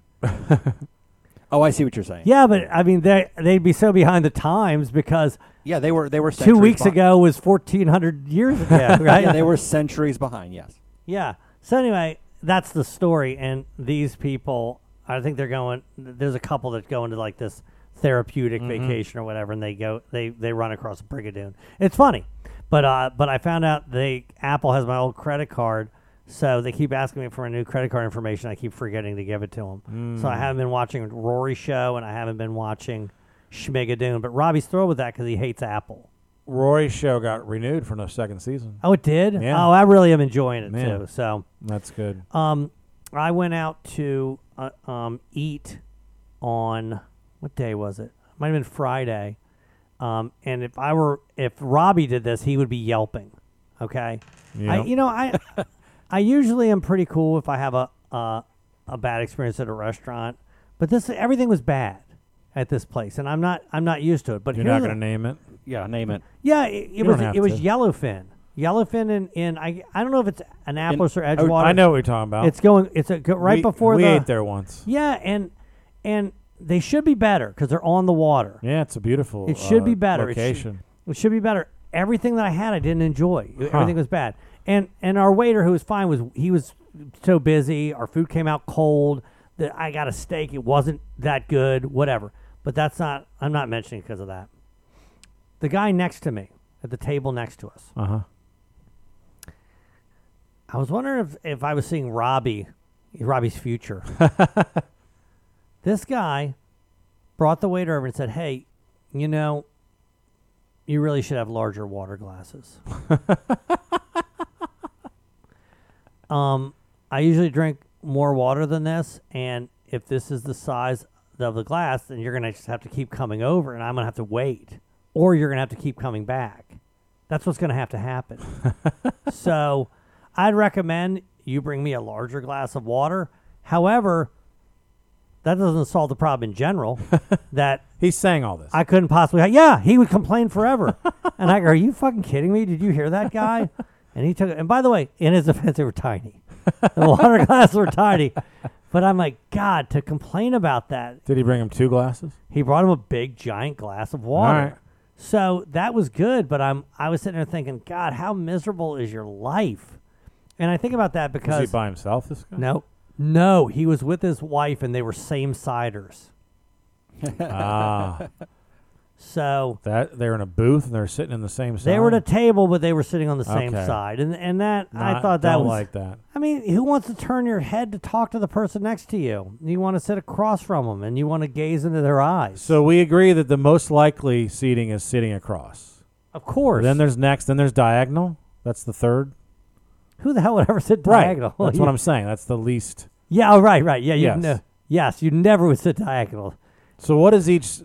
Speaker 1: oh, I see what you're saying.
Speaker 12: Yeah, but I mean, they they'd be so behind the times because
Speaker 1: Yeah, they were they were
Speaker 12: two
Speaker 1: centuries
Speaker 12: weeks
Speaker 1: behind.
Speaker 12: ago was fourteen hundred years ago, right?
Speaker 1: yeah, they were centuries behind. Yes.
Speaker 12: Yeah. So anyway, that's the story, and these people, I think they're going. There's a couple that go into like this therapeutic
Speaker 11: Mhm.
Speaker 12: vacation or whatever, and they go they they run across a brigadoon. It's funny, but uh, but I found out they Apple has my old credit card. So they keep asking me for my new credit card information. I keep forgetting to give it to them. So I
Speaker 11: Mm.
Speaker 12: haven't been watching Rory show, and I haven't been watching Schmigadoon. But Robbie's thrilled with that because he hates Apple.
Speaker 11: Rory's show got renewed for the second season.
Speaker 12: Oh, it did.
Speaker 11: Yeah.
Speaker 12: Oh, I really am enjoying it
Speaker 11: Man.
Speaker 12: too. So
Speaker 11: That's good.
Speaker 12: um, I went out to uh, um, eat on what day was it? Might have been Friday. Um, and if I were, if Robbie did this, he would be yelping. Okay. I,
Speaker 11: Yeah.
Speaker 12: you know, I, I usually am pretty cool if I have a, a a bad experience at a restaurant, but this everything was bad at this place, and I'm not I'm not used to it. But
Speaker 11: You're
Speaker 12: here's
Speaker 11: not
Speaker 12: the-
Speaker 11: going to name it.
Speaker 1: Yeah, name it.
Speaker 12: yeah, it,
Speaker 11: You
Speaker 12: it
Speaker 11: don't
Speaker 12: was
Speaker 11: have
Speaker 12: it was
Speaker 11: to.
Speaker 12: Yellowfin. Yellowfin in, in I I don't know if it's Annapolis or
Speaker 11: oh,
Speaker 12: Edgewater.
Speaker 11: I know what you're talking about.
Speaker 12: It's going it's a, go- right
Speaker 11: We-
Speaker 12: before
Speaker 11: we
Speaker 12: the,
Speaker 11: ate there once.
Speaker 12: Yeah, and and they should be better because they're on the water.
Speaker 11: Yeah, it's a beautiful.
Speaker 12: It should
Speaker 11: uh,
Speaker 12: be better. It should-
Speaker 11: location.
Speaker 12: It should, be better. Everything that I had, I didn't enjoy. E,
Speaker 11: Huh.
Speaker 12: Everything was bad. And and our waiter, who was fine, was he was so busy. Our food came out cold. That I got a steak. It wasn't that good. Whatever. But that's not. I'm not mentioning because of that. The guy next to me at the table next to us.
Speaker 11: Uh huh.
Speaker 12: I was wondering if, if I was seeing Robbie, Robbie's future. this guy brought the waiter over and said, Hey, you know, you really should have larger water glasses. um, I usually drink more water than this. And if this is the size of the glass, then you're going to just have to keep coming over and I'm going to have to wait. Or you're going to have to keep coming back. That's what's going to have to happen. so I'd recommend you bring me a larger glass of water. However, that doesn't solve the problem in general. that
Speaker 11: He's saying all this.
Speaker 12: I couldn't possibly. Yeah, he would complain forever. and I go, "Are you fucking kidding me? Did you hear that guy?" And he took it. And by the way, in his defense, they were tiny. The water glasses were tiny. But I'm like, God, to complain about that.
Speaker 11: Did he bring him two glasses?
Speaker 12: He brought him a big giant glass of water.
Speaker 11: right.
Speaker 12: So that was good, but I'm I was sitting there thinking, God, how miserable is your life? And I think about that
Speaker 11: Was
Speaker 12: because
Speaker 11: he by himself? This guy?
Speaker 12: no, no, he was with his wife, and they were same siders.
Speaker 11: ah,
Speaker 12: So
Speaker 11: that they're in a booth and they're sitting in the same.
Speaker 12: they
Speaker 11: side?
Speaker 12: were at a table, but they were sitting on the same
Speaker 11: Okay.
Speaker 12: side, and and that I
Speaker 11: Not-
Speaker 12: thought that
Speaker 11: don't
Speaker 12: was
Speaker 11: like that.
Speaker 12: I mean, who wants to turn your head to talk to the person next to you? You want to sit across from them, and you want to gaze into their eyes.
Speaker 11: So we agree that the most likely seating is sitting across.
Speaker 12: Of course.
Speaker 11: Then there's next. Then there's diagonal. That's the third.
Speaker 12: who the hell would ever sit
Speaker 11: Right.
Speaker 12: diagonal?
Speaker 11: That's what I'm saying. That's the least.
Speaker 12: Yeah, oh, right, right. Yeah, you
Speaker 11: Yes.
Speaker 12: yes. yes, you never would sit diagonal.
Speaker 11: So what is each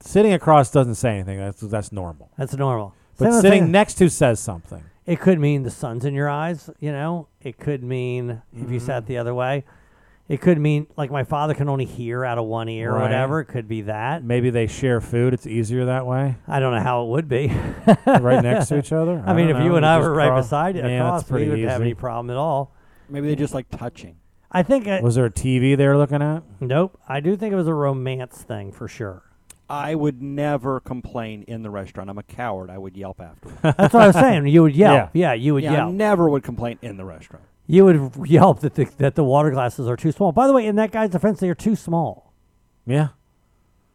Speaker 11: sitting across doesn't say anything. That's that's normal.
Speaker 12: That's normal.
Speaker 11: But
Speaker 12: Same with
Speaker 11: sitting
Speaker 12: thing-
Speaker 11: next to says something.
Speaker 12: It could mean the sun's in your eyes, you know. It could mean if you
Speaker 11: Mm-hmm.
Speaker 12: sat the other way. It could mean like my father can only hear out of one ear or
Speaker 11: Right.
Speaker 12: whatever. It could be that.
Speaker 11: Maybe they share food. It's easier that way.
Speaker 12: I don't know how it would be.
Speaker 11: right next to each other.
Speaker 12: I, mean,
Speaker 11: don't
Speaker 12: if you
Speaker 11: know.
Speaker 12: and I
Speaker 11: just
Speaker 12: were right
Speaker 11: cross-
Speaker 12: beside
Speaker 11: yeah,
Speaker 12: across,
Speaker 11: that's pretty
Speaker 12: we wouldn't have
Speaker 11: easy.
Speaker 12: any problem at all.
Speaker 1: Maybe they just like touching.
Speaker 12: I think I,
Speaker 11: Was there a TV they were looking at?
Speaker 12: nope. I do think it was a romance thing for sure.
Speaker 1: I would never complain in the restaurant. I'm a coward. I would yelp after.
Speaker 12: That's what I was saying. You would yelp. Yeah, you would
Speaker 1: yeah, I
Speaker 12: yelp.
Speaker 1: never would complain in the restaurant.
Speaker 12: You would yelp that the, that the water glasses are too small. By the way, in that guy's defense, they are too small.
Speaker 11: Yeah.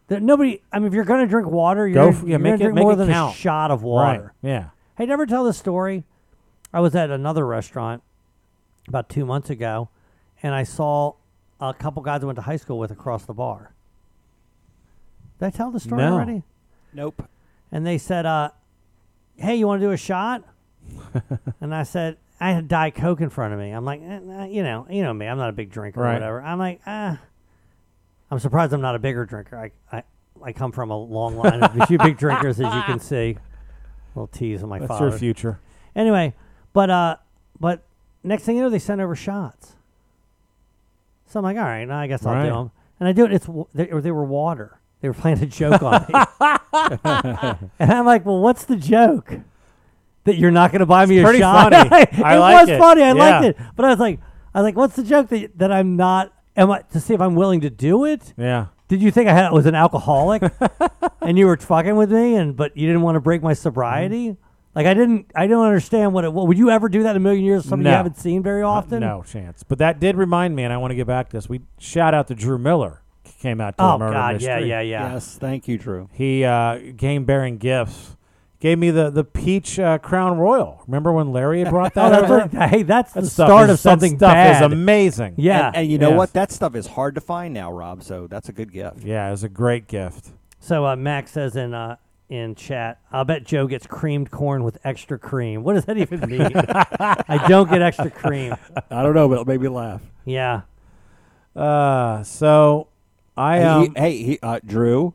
Speaker 12: That nobody. I mean, if you're going to drink water, you're
Speaker 11: Go
Speaker 12: gonna-
Speaker 11: for- yeah,
Speaker 12: you're
Speaker 11: make
Speaker 12: going
Speaker 11: it-
Speaker 12: to drink
Speaker 11: make
Speaker 12: more
Speaker 11: it
Speaker 12: than
Speaker 11: count.
Speaker 12: a shot of
Speaker 11: Right,
Speaker 12: water.
Speaker 11: yeah.
Speaker 12: Hey, never tell this story. I was at another restaurant about two months ago, and I saw a couple guys I went to high school with across the bar. Did I tell the story
Speaker 11: No.
Speaker 12: already?
Speaker 1: Nope.
Speaker 12: And they said, uh, "Hey, you want to do a shot?" and I said, "I had Diet Coke in front of me." I'm like, eh, nah, you know, you know me. I'm not a big drinker or
Speaker 11: Right.
Speaker 12: whatever. I'm like, ah. I'm surprised I'm not a bigger drinker. I, I, I come from a long line of a few big drinkers, as you can see. little tease on my
Speaker 11: That's
Speaker 12: father.
Speaker 11: your future.
Speaker 12: Anyway, but uh, but next thing you know, they sent over shots. So I'm like, all right, now I guess I'll do
Speaker 11: Right.
Speaker 12: them. And I do it. It's wa- they, or they were water. They were playing a joke on me. and I'm like, well, what's the joke? That you're not going to buy me a
Speaker 11: pretty
Speaker 12: shot?
Speaker 11: funny. I
Speaker 12: it
Speaker 11: like
Speaker 12: was
Speaker 11: it.
Speaker 12: funny. I liked
Speaker 11: Yeah.
Speaker 12: it. But I was like, I was like, what's the joke that, that I'm not? Am I to see if I'm willing to do it?
Speaker 11: Yeah.
Speaker 12: Did you think I had, was an alcoholic, and you were fucking with me, and but you didn't want to break my sobriety?
Speaker 11: Mm-hmm.
Speaker 12: Like I didn't, I don't understand what it. What, would you ever do that in a million years? Something
Speaker 11: No. Uh,
Speaker 12: you haven't seen very often.
Speaker 11: No chance. But that did remind me, and I want to get back to this. We shout out to Drew Miller. c- Came out to
Speaker 12: Oh,
Speaker 11: the murder
Speaker 12: God,
Speaker 11: mystery.
Speaker 12: yeah, yeah, yeah.
Speaker 1: Yes, thank you, Drew.
Speaker 11: He uh, came bearing gifts. Gave me the the peach uh, crown royal. Remember when Larry had brought that
Speaker 12: Oh,
Speaker 11: over?
Speaker 12: that's like- hey, that's
Speaker 11: That
Speaker 12: the
Speaker 11: stuff
Speaker 12: start
Speaker 11: is-
Speaker 12: of something
Speaker 11: That stuff
Speaker 12: bad.
Speaker 11: is amazing.
Speaker 12: Yeah.
Speaker 1: And, and you know
Speaker 11: Yes.
Speaker 1: what? That stuff is hard to find now, Rob. So that's a good gift.
Speaker 11: Yeah, it was a great gift.
Speaker 12: So uh, Max says in uh, in chat, I'll bet Joe gets creamed corn with extra cream. What does that even mean? I don't get extra cream.
Speaker 1: I don't know, but it made me laugh.
Speaker 12: Yeah.
Speaker 11: Uh, so I
Speaker 1: hey,
Speaker 11: um,
Speaker 1: he, hey, he- uh, Drew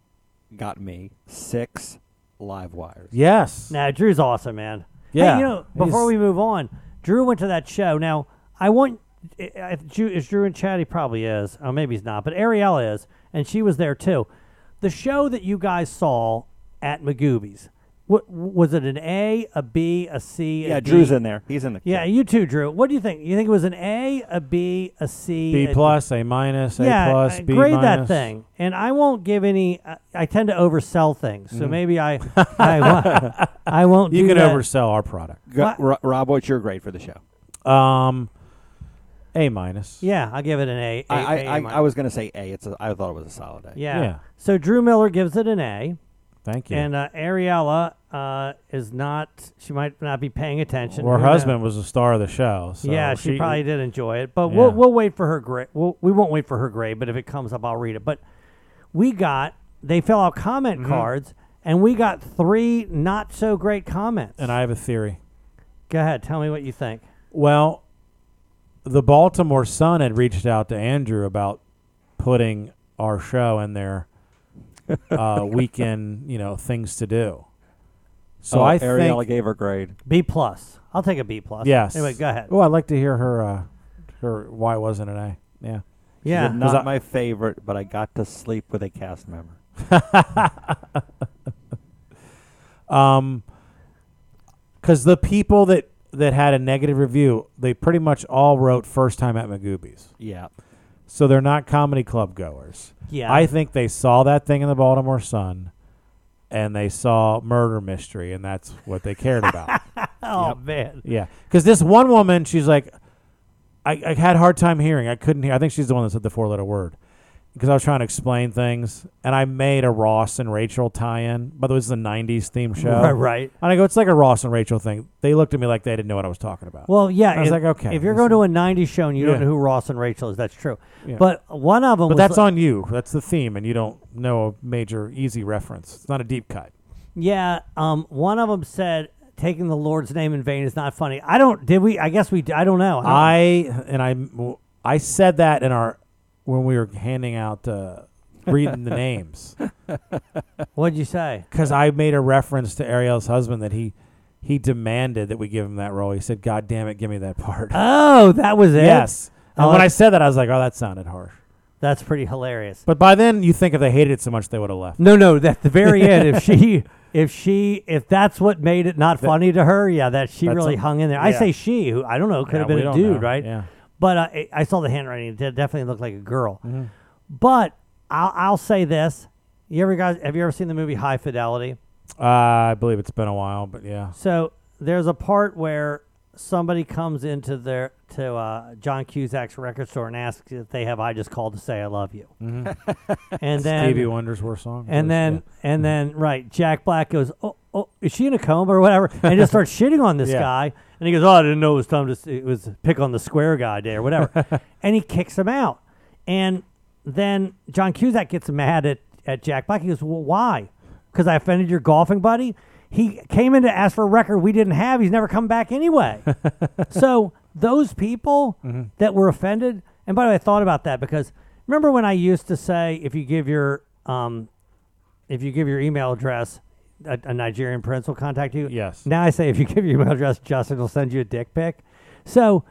Speaker 1: got me six live wires.
Speaker 11: yes,
Speaker 12: Now Drew's awesome, man.
Speaker 11: Yeah.
Speaker 12: Hey, you know, before
Speaker 11: He's-
Speaker 12: we move on, Drew went to that show. Now I want i- i- if Drew, is Drew in chat? He probably is. Oh, maybe he's not, but Ariella is, and she was there too. The show that you guys saw at Magoobies, what was it? An A, a B, a C? a
Speaker 1: Yeah,
Speaker 12: D?
Speaker 1: Drew's in there. He's in the.
Speaker 12: Yeah, you too, Drew. What do you think? You think it was an A, a B, a C,
Speaker 11: B
Speaker 12: a D?
Speaker 11: plus, A minus, A
Speaker 12: yeah,
Speaker 11: plus,
Speaker 12: I
Speaker 11: B
Speaker 12: grade that
Speaker 11: minus.
Speaker 12: thing. And I won't give any. I, I tend to oversell things, so maybe I, I, won't- I won't.
Speaker 11: Mm. You
Speaker 12: do
Speaker 11: can
Speaker 12: that.
Speaker 11: oversell our product.
Speaker 1: Go,
Speaker 12: What?
Speaker 1: Ro- Rob, what's your grade for the show?
Speaker 11: Um, A minus.
Speaker 12: Yeah, I'll give it an A. A-
Speaker 1: I I
Speaker 12: A
Speaker 1: I
Speaker 12: minus.
Speaker 1: I was gonna say A. It's a, I thought it was a solid A.
Speaker 12: Yeah.
Speaker 11: Yeah.
Speaker 12: So Drew Miller gives it an A,
Speaker 11: Thank you.
Speaker 12: and uh, Ariella uh, is not. She might not be paying attention.
Speaker 11: her
Speaker 12: Who knows?
Speaker 11: husband was the star of the show. So
Speaker 12: yeah, she, probably did enjoy it, but
Speaker 11: Yeah.
Speaker 12: we'll we'll wait for her grade. We'll, we won't wait for her grade, but if it comes up, I'll read it. But we got they fill out comment
Speaker 11: Mm-hmm.
Speaker 12: cards, and we got three not so great comments.
Speaker 11: And I have a theory.
Speaker 12: Go ahead, tell me what you think.
Speaker 11: Well, the Baltimore Sun had reached out to Andrew about putting our show in their uh, weekend, you know, things to do. So
Speaker 1: Oh,
Speaker 11: I
Speaker 1: Ariella
Speaker 11: think
Speaker 1: gave her grade.
Speaker 12: B plus. I'll take a B plus.
Speaker 11: yes.
Speaker 12: Anyway, go ahead.
Speaker 11: Oh, I'd like to hear her. Uh, her why wasn't it A? Yeah.
Speaker 12: yeah.
Speaker 1: Did
Speaker 11: Was
Speaker 1: not
Speaker 11: I-
Speaker 1: my favorite, but I got to sleep with a cast member.
Speaker 11: Um, because the people that that had a negative review, they pretty much all wrote first time at Magoobies,
Speaker 1: Yeah.
Speaker 11: so they're not comedy club goers.
Speaker 12: Yeah.
Speaker 11: I think they saw that thing in the Baltimore Sun, and they saw murder mystery, and that's what they cared about.
Speaker 12: oh man.
Speaker 11: yeah, because this one woman, she's like, I, I had a hard time hearing. I couldn't hear. I think she's the one that said the four letter word. Because I was trying to explain things, and I made a Ross and Rachel tie-in. By the way, this is a '90s theme show,
Speaker 12: Right, right.
Speaker 11: And I go, it's like a Ross and Rachel thing. They looked at me like they didn't know what I was talking about.
Speaker 12: Well, yeah.
Speaker 11: I was
Speaker 12: if,
Speaker 11: like, okay,
Speaker 12: If you're
Speaker 11: this
Speaker 12: going
Speaker 11: is-
Speaker 12: to a '90s show and you
Speaker 11: Yeah.
Speaker 12: don't know who Ross and Rachel is, that's true.
Speaker 11: Yeah.
Speaker 12: But one of them.
Speaker 11: but
Speaker 12: was
Speaker 11: that's
Speaker 12: li-
Speaker 11: on you. That's the theme, and you don't know a major easy reference. It's not a deep cut.
Speaker 12: Yeah. Um. One of them said taking the Lord's name in vain is not funny. I don't. Did we? I guess we. d- I don't know. I don't-
Speaker 11: I and I, I said that in our when we were handing out uh, reading the names.
Speaker 12: What'd you say?
Speaker 11: Because I made a reference to Ariel's husband that he he demanded that we give him that role. He said, "God damn it, give me that part."
Speaker 12: Oh, that was it?
Speaker 11: Yes. And
Speaker 12: Oh,
Speaker 11: when I
Speaker 12: that's-
Speaker 11: said that, I was like, "Oh, that sounded harsh."
Speaker 12: That's pretty hilarious.
Speaker 11: But by then, you think if they hated it so much, they would have left.
Speaker 12: No, no, at the very end, if she, if she, if that's what made it not
Speaker 11: That-
Speaker 12: funny to her, yeah, that she
Speaker 11: That's
Speaker 12: really
Speaker 11: a-
Speaker 12: hung in there. I
Speaker 11: yeah.
Speaker 12: say she, who I don't know, could
Speaker 11: Yeah,
Speaker 12: have been
Speaker 11: we
Speaker 12: a
Speaker 11: don't
Speaker 12: dude,
Speaker 11: know.
Speaker 12: right?
Speaker 11: Yeah.
Speaker 12: But uh, I, I saw the handwriting; it did definitely looked like a girl.
Speaker 11: Mm-hmm.
Speaker 12: But I'll, I'll say this: you ever guys have you ever seen the movie High Fidelity?
Speaker 11: Uh, I believe it's been a while, but yeah.
Speaker 12: So there's a part where somebody comes into their to uh, John Cusack's record store and asks if they have "I Just Called to Say I Love You," and then
Speaker 11: Mm-hmm. Stevie Wonder's worst song.
Speaker 12: and then and then right, Jack Black goes, "Oh, oh, is she in a comb or whatever?" and just starts shitting on this
Speaker 11: Yeah.
Speaker 12: guy, and he goes, "Oh, I didn't know it was time to s- it was pick on the square guy day or whatever," and he kicks him out, and then John Cusack gets mad at at Jack Black. He goes, "Well, why? Because I offended your golfing buddy." He came in to ask for a record we didn't have. He's never come back anyway. so those people
Speaker 11: Mm-hmm.
Speaker 12: that were offended, and by the way, I thought about that because remember when I used to say if you give your um, if you give your email address, a, a Nigerian prince will contact you.
Speaker 11: Yes.
Speaker 12: Now I say if you give your email address, Justin will send you a dick pic. So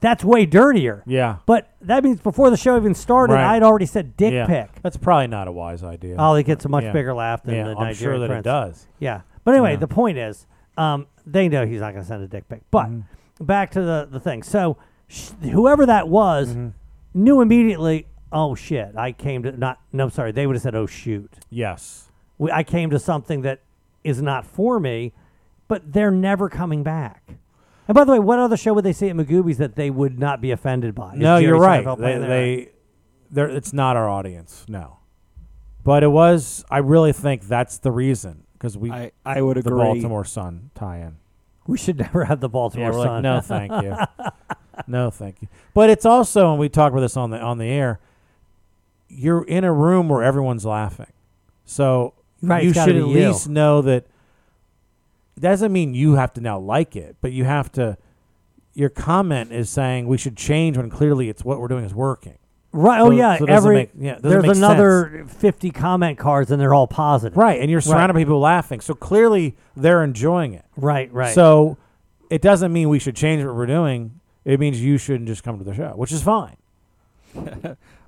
Speaker 12: that's way dirtier.
Speaker 11: Yeah.
Speaker 12: But that means before the show even started,
Speaker 11: Right.
Speaker 12: I'd already said dick
Speaker 11: Yeah.
Speaker 12: pic.
Speaker 11: That's probably not a wise idea.
Speaker 12: Oh, it gets a much
Speaker 11: Yeah.
Speaker 12: bigger laugh than
Speaker 11: Yeah,
Speaker 12: the
Speaker 11: I'm
Speaker 12: Nigerian
Speaker 11: sure that it
Speaker 12: prince.
Speaker 11: does.
Speaker 12: Yeah. But anyway,
Speaker 11: Yeah.
Speaker 12: the point is, um, they know he's not going to send a dick pic. But
Speaker 11: Mm-hmm.
Speaker 12: back to the, the thing. So sh- whoever that was
Speaker 11: Mm-hmm.
Speaker 12: knew immediately, oh, shit, I came to not, no, I'm sorry, they would have said, oh, shoot.
Speaker 11: Yes.
Speaker 12: We, I came to something that is not for me, but they're never coming back. And by the way, what other show would they see at Magoobies that they would not be offended by? Is
Speaker 11: No,
Speaker 12: Jerry
Speaker 11: you're right.
Speaker 12: Seinfeld
Speaker 11: They,
Speaker 12: playing there?
Speaker 11: they, they're, it's not our audience. No, but it was. I really think that's the reason because we.
Speaker 1: I- I would
Speaker 11: the
Speaker 1: agree.
Speaker 11: Baltimore Sun tie-in.
Speaker 12: we should never have the Baltimore
Speaker 11: Yeah, we're
Speaker 12: Sun.
Speaker 11: like, no, thank you. no, thank you. But it's also, and we talked about this on the on the air. You're in a room where everyone's laughing, so
Speaker 12: Right,
Speaker 11: you
Speaker 12: it's gotta
Speaker 11: should at
Speaker 12: be you.
Speaker 11: least know that. Doesn't mean you have to now like it, but you have to. Your comment is saying we should change when clearly it's what we're doing is working.
Speaker 12: right?
Speaker 11: So-
Speaker 12: oh yeah,
Speaker 11: so it doesn't
Speaker 12: every
Speaker 11: make- yeah, it doesn't
Speaker 12: there's
Speaker 11: make
Speaker 12: another fifty comment cards and they're all positive.
Speaker 11: Right, and you're surrounded by people laughing, so clearly they're enjoying it.
Speaker 12: Right, right.
Speaker 11: So it doesn't mean we should change what we're doing. It means you shouldn't just come to the show, which is fine.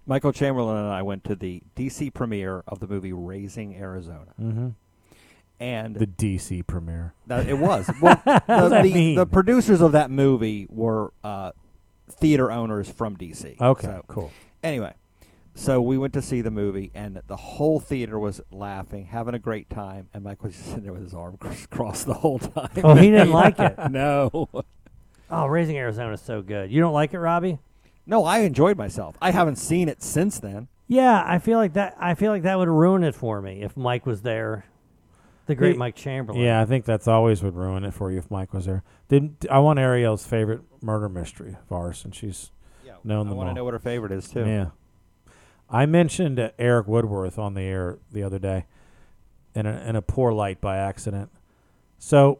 Speaker 1: Michael Chamberlain and I went to the DC premiere of the movie Raising Arizona,
Speaker 11: Mhm.
Speaker 1: and
Speaker 11: The DC premiere.
Speaker 1: that it was. Well, the,
Speaker 11: does that
Speaker 1: the,
Speaker 11: mean?
Speaker 1: the producers of that movie were uh, theater owners from DC.
Speaker 11: Okay,
Speaker 1: So,
Speaker 11: cool.
Speaker 1: Anyway, so we went to see the movie, and the whole theater was laughing, having a great time, and Michael was just sitting there with his arm cr- crossed the whole time.
Speaker 12: Oh, he didn't like it.
Speaker 1: No,
Speaker 12: Oh, Raising Arizona is so good. You don't like it, Robbie?
Speaker 1: no, I enjoyed myself. I haven't seen it since then.
Speaker 12: Yeah, I feel like that. I feel like that would ruin it for me if Mike was there. The great
Speaker 11: He-
Speaker 12: Mike Chamberlain.
Speaker 11: Yeah, I think that's always would ruin it for you if Mike was there. Didn't I want Ariel's favorite murder mystery of ours, and she's known
Speaker 1: I
Speaker 11: them
Speaker 1: want to
Speaker 11: all.
Speaker 1: know what her favorite is too.
Speaker 11: Oh. Yeah. I mentioned uh, Eric Woodworth on the air the other day in a, in a poor light by accident. So,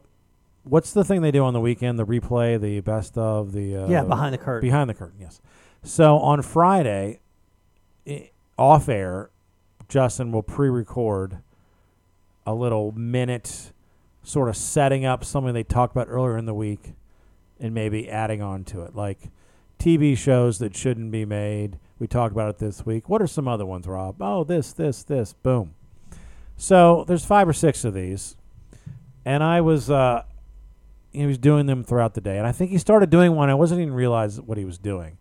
Speaker 11: what's the thing they do on the weekend? The replay, the best of, the. Uh,
Speaker 12: Yeah, behind the curtain.
Speaker 11: Behind the curtain, yes. So, on Friday, i- off air, Justin will pre record a little minute sort of setting up something they talked about earlier in the week and maybe adding on to it. Like TV shows that shouldn't be made. We talked about it this week. What are some other ones, Rob? Oh, this, this, this. Boom. So there's five or six of these. And I was, uh, he was doing them throughout the day. And I think he started doing one. I wasn't even realize what he was doing.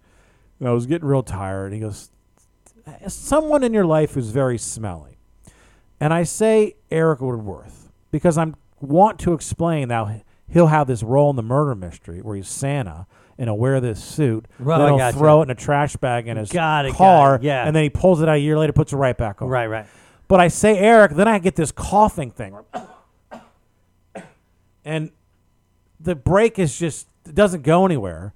Speaker 11: And I was getting real tired. He goes, someone in your life who's very smelly. And I say Eric Woodworth because I am want to explain how he'll have this role in the murder mystery where he's Santa and he'll wear this suit.
Speaker 12: Right,
Speaker 11: then
Speaker 12: I
Speaker 11: he'll
Speaker 12: gotcha.
Speaker 11: throw it in a trash bag in his
Speaker 12: Got it, got
Speaker 11: car.
Speaker 12: it, yeah.
Speaker 11: And then he pulls it out a year later, puts it right back on.
Speaker 12: Right, right.
Speaker 11: But I say Eric, then I get this coughing thing. And the break is just it doesn't go anywhere.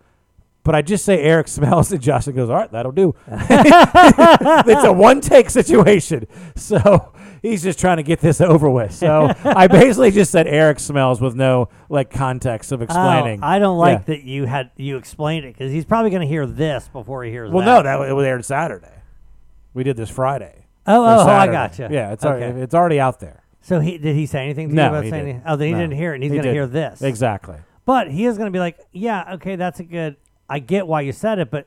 Speaker 11: But I just say Eric smells and Justin goes, All right, that'll do. it's a one take situation. So he's just trying to get this over with. So I basically just said Eric smells with no like context of explaining.
Speaker 12: Oh, I don't
Speaker 11: Yeah.
Speaker 12: like that you had you explained it because he's probably going to hear this before he hears.
Speaker 11: Well,
Speaker 12: that.
Speaker 11: no, that wa- it was aired Saturday. We did this Friday. for
Speaker 12: Oh, oh, oh, I
Speaker 11: Saturday.
Speaker 12: gotcha.
Speaker 11: Yeah, it's already,
Speaker 12: Okay.
Speaker 11: it's already out there.
Speaker 12: So he did he say anything to
Speaker 11: No,
Speaker 12: you about
Speaker 11: he
Speaker 12: saying?
Speaker 11: didn't.
Speaker 12: Oh, then he
Speaker 11: No.
Speaker 12: didn't hear it. and He's
Speaker 11: He
Speaker 12: going to hear
Speaker 11: didn't.
Speaker 12: this
Speaker 11: Exactly.
Speaker 12: But he is going to be like, yeah, okay, that's a good. I get why you said it, but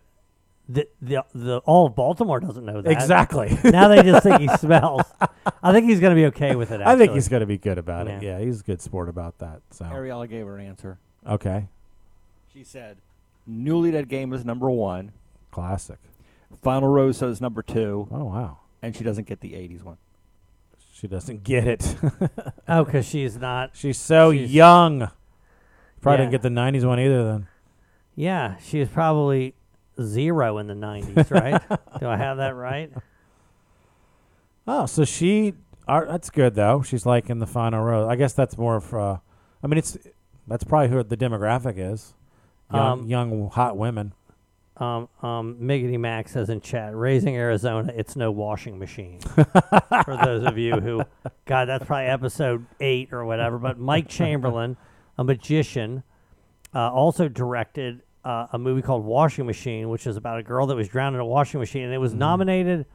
Speaker 12: the the the all of Baltimore doesn't know that
Speaker 11: Exactly.
Speaker 12: now they just think he smells. I think he's going to be okay with it.
Speaker 11: I think
Speaker 12: actually.
Speaker 11: he's going to be good about it. Yeah, he's a good sport about that. So
Speaker 1: Ariella gave her answer.
Speaker 11: okay,
Speaker 1: She said, "Newly Dead Game is number one.
Speaker 11: classic.
Speaker 1: Final Rose is number two.
Speaker 11: Oh wow,
Speaker 1: and she doesn't get the '80s one.
Speaker 11: She doesn't get it.
Speaker 12: Oh, because she's not.
Speaker 11: She's so
Speaker 12: she's-
Speaker 11: young. Probably
Speaker 12: Yeah.
Speaker 11: didn't get the '90s one either. Then
Speaker 12: Yeah, she was probably zero in the nineties, right? Do I have that right?
Speaker 11: oh, so she. Are, that's good though. She's like in the final row. I guess that's more of. Uh, I mean, it's that's probably who the demographic is. Young,
Speaker 12: Um,
Speaker 11: young hot women.
Speaker 12: Um, um, Miggity Max says in chat, raising Arizona, it's no washing machine. For those of you who, God, that's probably episode eight or whatever. But Mike Chamberlain, a magician, uh, also directed uh, a movie called Washing Machine, which is about a girl that was drowned in a washing machine, and it
Speaker 11: Mm-hmm.
Speaker 12: was nominated.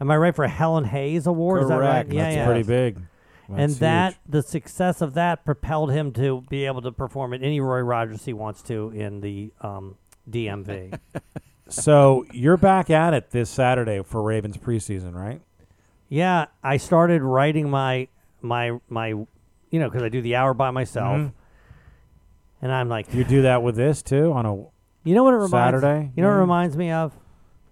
Speaker 12: Am I right for a Helen Hayes Award? Is that right?
Speaker 11: Correct. That's pretty big.
Speaker 12: and
Speaker 11: That's
Speaker 12: that
Speaker 11: huge.
Speaker 12: the success of that propelled him to be able to perform at any Roy Rogers he wants to in the um, DMV.
Speaker 11: So you're back at it this Saturday for Ravens preseason, right?
Speaker 12: Yeah, I started writing my my my, you know, because I do the hour by myself,
Speaker 11: Mhm.
Speaker 12: and I'm like,
Speaker 11: Mm-hmm. You do that with this too on a
Speaker 12: you know what it reminds
Speaker 11: Saturday?
Speaker 12: You know what it
Speaker 11: Yeah.
Speaker 12: reminds me of?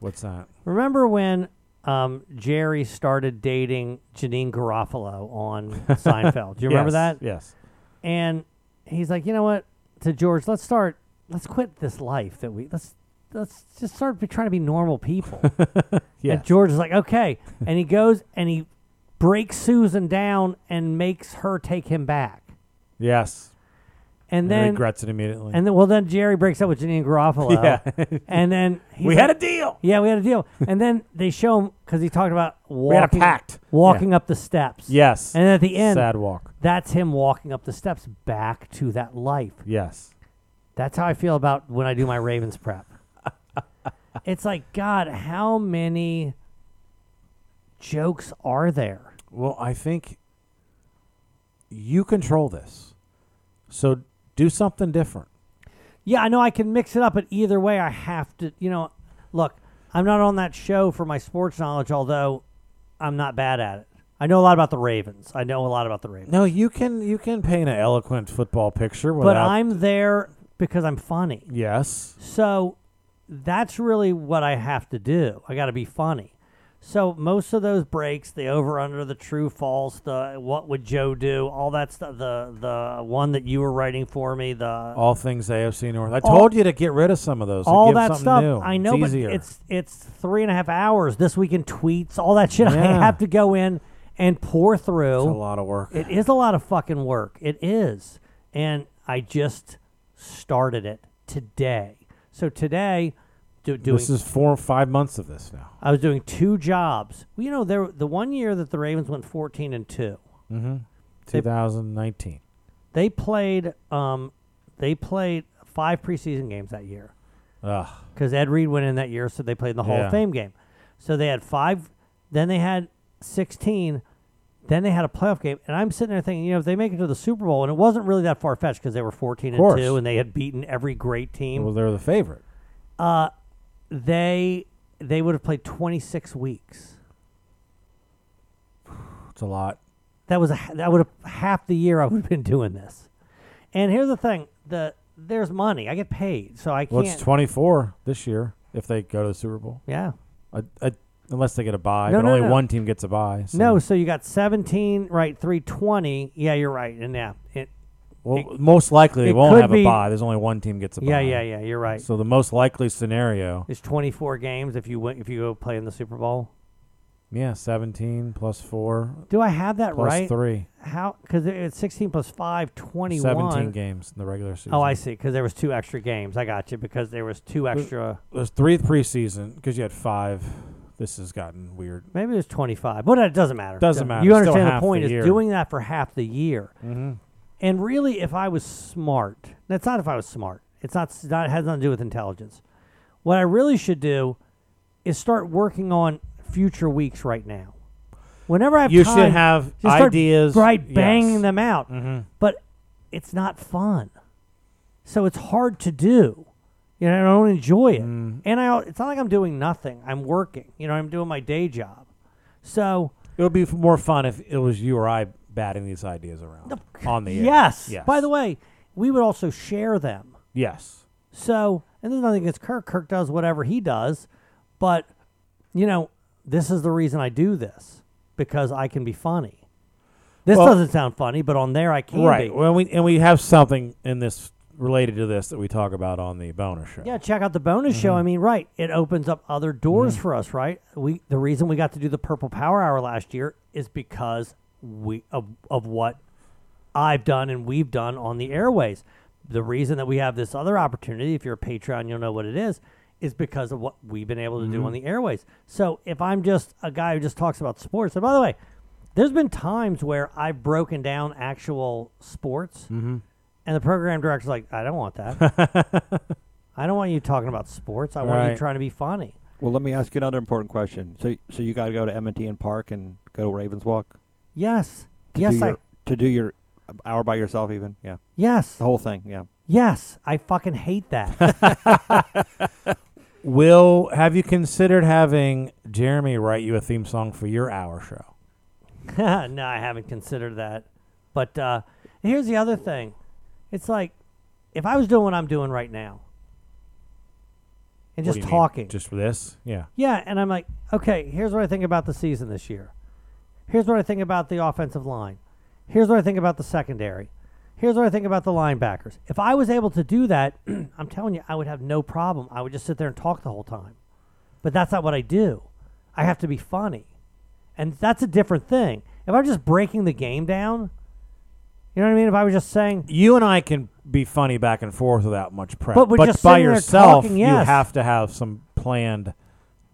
Speaker 11: what's that?
Speaker 12: Remember when um, Jerry started dating Janine Garofalo on Seinfeld? Do you
Speaker 11: Yes,
Speaker 12: remember that?
Speaker 11: yes.
Speaker 12: And he's like, you know what? To George, let's start. Let's quit this life that we let's let's just start be trying to be normal people.
Speaker 11: Yes.
Speaker 12: And George is like, okay. and he goes and he breaks Susan down and makes her take him back.
Speaker 11: Yes.
Speaker 12: And
Speaker 11: he
Speaker 12: then
Speaker 11: regrets it immediately.
Speaker 12: And then, well, then Jerry breaks up with Janine Garofalo.
Speaker 11: Yeah.
Speaker 12: and then he's
Speaker 11: We
Speaker 12: like-
Speaker 11: had a deal.
Speaker 12: Yeah, we had a deal. and then they show him because he talked about walking,
Speaker 11: had a pact.
Speaker 12: walking
Speaker 11: Yeah.
Speaker 12: up the steps.
Speaker 11: Yes.
Speaker 12: And then at the end,
Speaker 11: Sad walk.
Speaker 12: That's him walking up the steps back to that life.
Speaker 11: yes.
Speaker 12: That's how I feel about when I do my Ravens prep. it's like, God, how many jokes are there?
Speaker 11: Well, I think you control this. So do something different.
Speaker 12: Yeah, I know I can mix it up, but either way, I have to, you know, look, I'm not on that show for my sports knowledge, although I'm not bad at it. I know a lot about the Ravens. I know a lot about the Ravens.
Speaker 11: No, you can you can paint an eloquent football picture without
Speaker 12: but I'm there because I'm funny.
Speaker 11: Yes.
Speaker 12: So that's really what I have to do. I got to be funny. So most of those breaks, the over under, the true false, the what would Joe do, all that stuff, the the one that you were writing for me, the
Speaker 11: All things AFC North. I
Speaker 12: All-
Speaker 11: told you to get rid of some of those. to
Speaker 12: all
Speaker 11: give
Speaker 12: that
Speaker 11: something
Speaker 12: stuff.
Speaker 11: new.
Speaker 12: I know,
Speaker 11: it's
Speaker 12: but
Speaker 11: easier.
Speaker 12: it's it's three and a half hours this week in tweets, all that shit. I
Speaker 11: Yeah.
Speaker 12: have to go in and pour through.
Speaker 11: It's a lot of work.
Speaker 12: It is a lot of fucking work. It is, and I just started it today. So today, do, doing
Speaker 11: this is four or five months of this now.
Speaker 12: I was doing two jobs. Well, you know, there the one year that the Ravens went fourteen and two,
Speaker 11: Mm-hmm.
Speaker 12: They-
Speaker 11: 2019.
Speaker 12: they played um, they played five preseason games that year.
Speaker 11: Ugh.
Speaker 12: because Ed Reed went in that year, so they played in the Hall
Speaker 11: Yeah.
Speaker 12: of Fame game. So they had five, then they had 16, then they had a playoff game. And I'm sitting there thinking, you know, if they make it to the Super Bowl, and it wasn't really that far fetched because they were 14
Speaker 11: Of course.
Speaker 12: and 2 and they had beaten every great team,
Speaker 11: Well, they're the favorite.
Speaker 12: uh, they they would have played 26 weeks.
Speaker 11: It's a lot.
Speaker 12: That was a, that would have half the year I would have been doing this. And here's the thing, the there's money. I get paid, so I can't
Speaker 11: Well, it's 24 this year if they go to the Super Bowl.
Speaker 12: Yeah.
Speaker 11: I, I, unless they get a bye,
Speaker 12: No,
Speaker 11: but
Speaker 12: no,
Speaker 11: only
Speaker 12: no.
Speaker 11: one team gets a bye. So.
Speaker 12: No, so you got 17, right, 320. Yeah, you're right. And yeah, it,
Speaker 11: Well, most likely they
Speaker 12: it
Speaker 11: won't
Speaker 12: could
Speaker 11: have
Speaker 12: be-
Speaker 11: a bye. There's only one team gets a bye.
Speaker 12: Yeah, yeah, yeah, you're right.
Speaker 11: So the most likely scenario,
Speaker 12: it's 24 games if you win, if you go play in the Super Bowl.
Speaker 11: yeah, 17 plus four.
Speaker 12: Do I have that
Speaker 11: Plus
Speaker 12: right?
Speaker 11: three.
Speaker 12: How? Because it's 16 plus 5, 21.
Speaker 11: 17 games in the regular season.
Speaker 12: Oh, I see. Because there was two extra games. I got you. Because there was two extra.
Speaker 11: There's three preseason because you had five. This has gotten weird.
Speaker 12: Maybe it was 25, but it doesn't matter.
Speaker 11: Doesn't matter.
Speaker 12: You
Speaker 11: Still
Speaker 12: understand the
Speaker 11: half
Speaker 12: point
Speaker 11: the
Speaker 12: is
Speaker 11: year.
Speaker 12: doing that for half the year.
Speaker 11: Mhm.
Speaker 12: And really, if I was smart, that's not if I was smart. It's not, it's not. It has nothing to do with intelligence. What I really should do is start working on future weeks right now. Whenever I have
Speaker 11: You should
Speaker 12: time,
Speaker 11: have
Speaker 12: just start
Speaker 11: ideas.
Speaker 12: right
Speaker 11: Yes.
Speaker 12: banging them out.
Speaker 11: Mhm.
Speaker 12: But it's not fun, so it's hard to do. You know, I don't enjoy it,
Speaker 11: Mm.
Speaker 12: and I it's not like I'm doing nothing. I'm working. You know, I'm doing my day job, so
Speaker 11: It would be f- more fun if it was you or I batting these ideas around on the air.
Speaker 12: Yes.
Speaker 11: Yes.
Speaker 12: By the way, we would also share them.
Speaker 11: yes.
Speaker 12: So, and there's nothing against Kirk. Kirk does whatever he does, but you know, this is the reason I do this because I can be funny. This
Speaker 11: Well-
Speaker 12: doesn't sound funny, but on there I can
Speaker 11: right.
Speaker 12: be.
Speaker 11: Well, we and we have something in this related to this that we talk about on the boner show.
Speaker 12: Yeah, check out the bonus show. I mean, right, it opens up other doors for us, right? We the reason we got to do the Purple Power Hour last year is because we of, of what I've done and we've done on the airways. The reason that we have this other opportunity, if you're a Patreon, you'll know what it is, is because of what we've been able to do
Speaker 11: Mhm.
Speaker 12: on the airways. So if I'm just a guy who just talks about sports, and by the way, there's been times where I've broken down actual sports,
Speaker 11: Mhm.
Speaker 12: and the program director's like, I don't want that. I don't want you talking about sports. I want you
Speaker 1: Right.
Speaker 12: trying to be funny.
Speaker 1: Well, let me ask you another important question. So, so you got to go to M&T and Park and go to Ravens Walk.
Speaker 12: Yes.
Speaker 1: To
Speaker 12: yes,
Speaker 1: do
Speaker 12: I
Speaker 1: your, to do your uh, hour by yourself, even. Yeah.
Speaker 12: Yes.
Speaker 1: The whole thing. Yeah.
Speaker 12: yes, I fucking hate that.
Speaker 11: Will have you considered having Jeremy write you a theme song for your hour show?
Speaker 12: no, I haven't considered that. But uh, here's the other thing. It's like if I was doing what I'm doing right now and
Speaker 11: What
Speaker 12: just
Speaker 11: do you mean?
Speaker 12: talking.
Speaker 11: Just for this? Yeah.
Speaker 12: Yeah, and I'm like, okay, here's what I think about the season this year. Here's what I think about the offensive line. Here's what I think about the secondary. Here's what I think about the linebackers. If I was able to do that, I'm telling you, I would have no problem. I would just sit there and talk the whole time. But that's not what I do. I have to be funny. And that's a different thing. If I'm just breaking the game down, you know what I mean? If I was just saying,
Speaker 11: You and I can be funny back and forth without much prep.
Speaker 12: But we're just
Speaker 11: by
Speaker 12: sitting there
Speaker 11: yourself,
Speaker 12: talking,
Speaker 11: you
Speaker 12: yes.
Speaker 11: have to have some planned,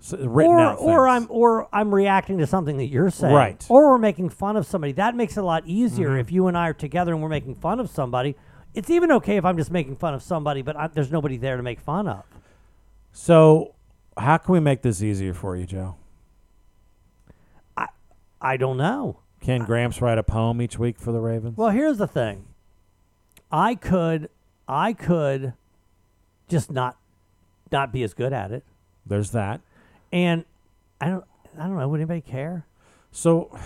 Speaker 11: s- written
Speaker 12: or,
Speaker 11: out
Speaker 12: or
Speaker 11: things.
Speaker 12: I'm or I'm reacting to something that you're saying,
Speaker 11: Right.
Speaker 12: Or we're making fun of somebody. That makes it a lot easier
Speaker 11: Mhm.
Speaker 12: if you and I are together and we're making fun of somebody. It's even okay if I'm just making fun of somebody, but I, there's nobody there to make fun of.
Speaker 11: So, how can we make this easier for you, Joe?
Speaker 12: I don't know.
Speaker 11: Can Gramps write a poem each week for the Ravens?
Speaker 12: Well, here's the thing. I could, I could, just not, not be as good at it.
Speaker 11: There's that.
Speaker 12: And I don't, I don't know. Would anybody care?
Speaker 11: So,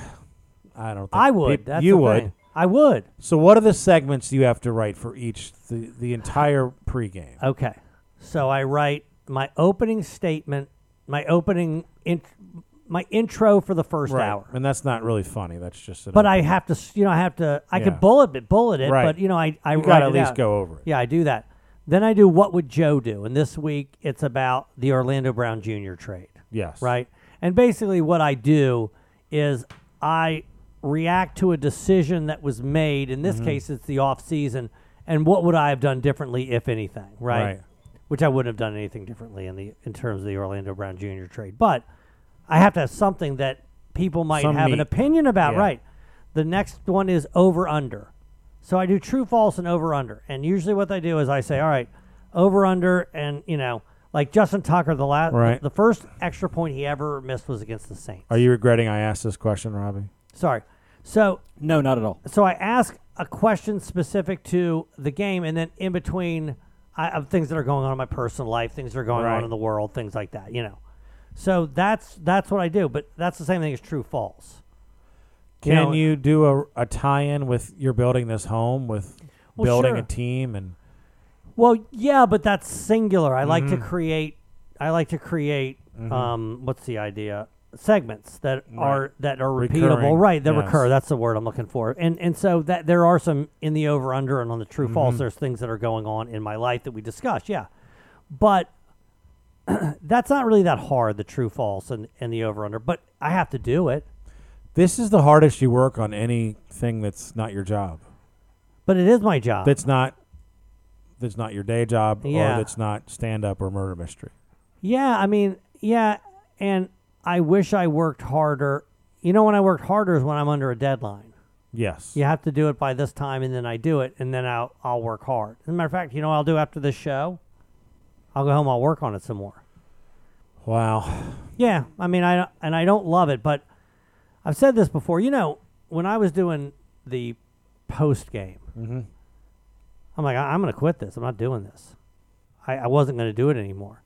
Speaker 11: I don't. Think
Speaker 12: I would.
Speaker 11: peop-
Speaker 12: That's
Speaker 11: you
Speaker 12: the
Speaker 11: would.
Speaker 12: thing. I would.
Speaker 11: So, what are the segments you have to write for each the the entire pregame?
Speaker 12: Okay. So I write my opening statement, my opening in, my intro for the first
Speaker 11: Right.
Speaker 12: hour.
Speaker 11: and that's not really funny. That's just. an
Speaker 12: But I
Speaker 11: open-
Speaker 12: have to, s- you know, I have to. I
Speaker 11: Yeah.
Speaker 12: could bullet it, bullet it,
Speaker 11: Right.
Speaker 12: but you know, I I
Speaker 11: You
Speaker 12: write
Speaker 11: gotta
Speaker 12: it
Speaker 11: at least
Speaker 12: out.
Speaker 11: go over it.
Speaker 12: Yeah, I do that. Then I do what would Joe do, and this week it's about the Orlando Brown Jr. trade.
Speaker 11: Yes.
Speaker 12: Right. And basically, what I do is I react to a decision that was made. In this
Speaker 11: Mhm.
Speaker 12: case, it's the off season, and what would I have done differently, if anything? Right.
Speaker 11: Right.
Speaker 12: Which I wouldn't have done anything differently in the in terms of the Orlando Brown Jr. trade, but I have to have something that people might
Speaker 11: Some
Speaker 12: have
Speaker 11: meat.
Speaker 12: an opinion about.
Speaker 11: Yeah.
Speaker 12: Right. The next one is over under. So I do true, false, and over under. And usually what I do is I say, all right, over under, and you know, like Justin Tucker, the last,
Speaker 11: Right.
Speaker 12: the first extra point he ever missed was against the Saints.
Speaker 11: Are you regretting I asked this question, Robbie?
Speaker 12: Sorry. So
Speaker 1: no, not at all.
Speaker 12: So I ask a question specific to the game, and then in between, I of things that are going on in my personal life, things that are going
Speaker 11: Right.
Speaker 12: on in the world, things like that. You know. So that's that's what I do, but that's the same thing as true, false.
Speaker 11: Can
Speaker 12: know,
Speaker 11: you do a, a tie-in with you're building this home with
Speaker 12: Well,
Speaker 11: building a
Speaker 12: sure.
Speaker 11: team and
Speaker 12: Well, yeah, but that's singular. I like to
Speaker 11: Mhm.
Speaker 12: create. I like to create.
Speaker 11: Mhm.
Speaker 12: Um, what's the idea? Segments that
Speaker 11: Right.
Speaker 12: are that are repeatable,
Speaker 11: Recurring,
Speaker 12: right? That
Speaker 11: yes.
Speaker 12: recur. That's the word I'm looking for. And and so that there are some in the over under and on the true false.
Speaker 11: Mhm.
Speaker 12: There's things that are going on in my life that we discuss. Yeah, but that's not really that hard. The true false and and the over under. But I have to do it.
Speaker 11: this is the hardest you work on anything that's not your job.
Speaker 12: But it is my job.
Speaker 11: That's not that's not your day job or
Speaker 12: Yeah.
Speaker 11: that's not stand up or murder mystery.
Speaker 12: Yeah, I mean, yeah, and I wish I worked harder. You know, when I worked harder is when I'm under a deadline.
Speaker 11: Yes.
Speaker 12: You have to do it by this time, and then I do it, and then I'll I'll work hard. As a matter of fact, you know what I'll do after this show? I'll go home. I'll work on it some more.
Speaker 11: Wow.
Speaker 12: Yeah, I mean, I and I don't love it, but I've said this before. You know, when I was doing the post game, I'm like, I- I'm going to quit this. I'm not doing this. I, I wasn't going to do it anymore.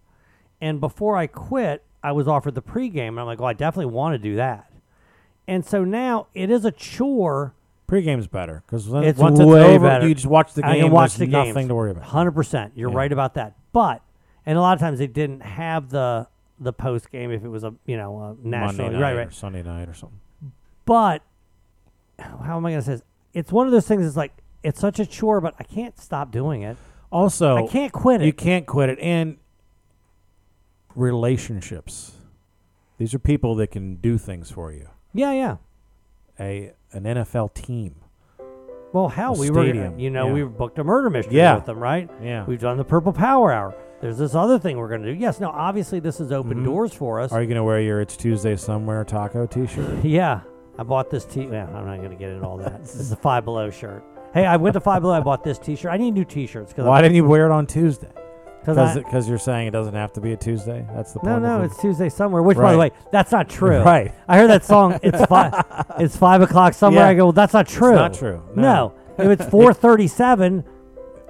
Speaker 12: And before I quit, I was offered the pregame, and I'm like, well, I definitely want to do that. And so now it is a chore.
Speaker 11: Pregame's better because
Speaker 12: it's
Speaker 11: Uh, once it's
Speaker 12: way
Speaker 11: over,
Speaker 12: better.
Speaker 11: you just watch the
Speaker 12: I
Speaker 11: game.
Speaker 12: can watch
Speaker 11: There's
Speaker 12: the
Speaker 11: nothing to worry about.
Speaker 12: Hundred percent. You're
Speaker 11: Yeah.
Speaker 12: right about that. But and a lot of times they didn't have the the post game if it was a you know a national
Speaker 11: Monday night
Speaker 12: right
Speaker 11: or
Speaker 12: right.
Speaker 11: Sunday night or something.
Speaker 12: But how am I going to say this? It's one of those things. It's like it's such a chore, but I can't stop doing it.
Speaker 11: Also,
Speaker 12: I can't quit it.
Speaker 11: Oh, You can't quit it. And relationships. These are people that can do things for you.
Speaker 12: Yeah, yeah.
Speaker 11: A an NFL team.
Speaker 12: Well, hell,
Speaker 11: A
Speaker 12: we were
Speaker 11: stadium,
Speaker 12: you know
Speaker 11: yeah.
Speaker 12: we booked a murder mystery
Speaker 11: Yeah.
Speaker 12: with them, right?
Speaker 11: Yeah.
Speaker 12: We've done the Purple Power Hour. There's this other thing we're going to do. Yes, no, obviously this is open
Speaker 11: Mhm.
Speaker 12: doors for us.
Speaker 11: Are you going to wear your "It's Tuesday Somewhere" taco T-shirt?
Speaker 12: Yeah, I bought this t. Yeah, I'm not going to get into all that. this is a Five Below shirt. Hey, I went to Five Below. I bought this T-shirt. I need new T-shirts. Cause
Speaker 11: Why
Speaker 12: I'm-
Speaker 11: didn't you wear it on Tuesday?
Speaker 12: 'Cause I-
Speaker 11: because you're saying it doesn't have to be a Tuesday. That's the point.
Speaker 12: No,
Speaker 11: of
Speaker 12: no,
Speaker 11: it.
Speaker 12: it's Tuesday somewhere. Which, by the way,
Speaker 11: Right.
Speaker 12: that's not true.
Speaker 11: Right.
Speaker 12: I heard that song. It's five. it's five o'clock somewhere.
Speaker 11: Yeah.
Speaker 12: I go. Well, that's not
Speaker 11: It's
Speaker 12: true.
Speaker 11: not true.
Speaker 12: No.
Speaker 11: No.
Speaker 12: If it's four thirty-seven,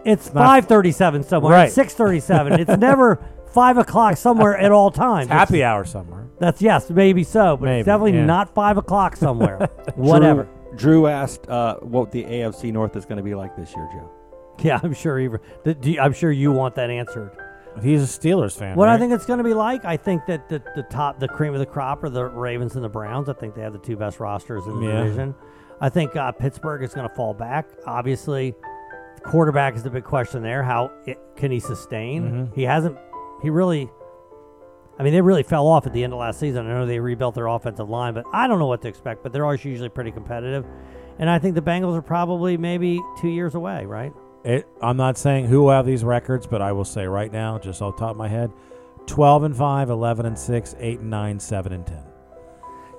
Speaker 12: it's
Speaker 11: not-
Speaker 12: five thirty-seven somewhere.
Speaker 11: Right.
Speaker 12: It's six thirty-seven. it's never five o'clock somewhere at all times.
Speaker 11: It's happy
Speaker 12: It's-
Speaker 11: hour somewhere.
Speaker 12: That's yes, maybe so, but
Speaker 11: Maybe,
Speaker 12: it's definitely
Speaker 11: yeah.
Speaker 12: not five o'clock somewhere. Whatever.
Speaker 1: Drew, Drew asked uh, what the AFC North is going to be like this year, Joe.
Speaker 12: Yeah, I'm sure. He, th- do you- I'm sure you want that answered.
Speaker 11: He's a Steelers fan.
Speaker 12: What I
Speaker 11: right?
Speaker 12: think it's going to be like, I think that the, the top, the cream of the crop are the Ravens and the Browns. I think they have the two best rosters in the
Speaker 11: Yeah.
Speaker 12: division. I think uh, Pittsburgh is going to fall back. Obviously, quarterback is the big question there. How it, can he sustain?
Speaker 11: Mhm.
Speaker 12: He hasn't. He really. I mean, they really fell off at the end of last season. I know they rebuilt their offensive line, but I don't know what to expect. But they're always usually pretty competitive, and I think the Bengals are probably maybe two years away, right?
Speaker 11: It, I'm not saying who will have these records, but I will say right now, just off the top of my head, 12 and 5, 11 and 6, 8 and 9, 7 and 10.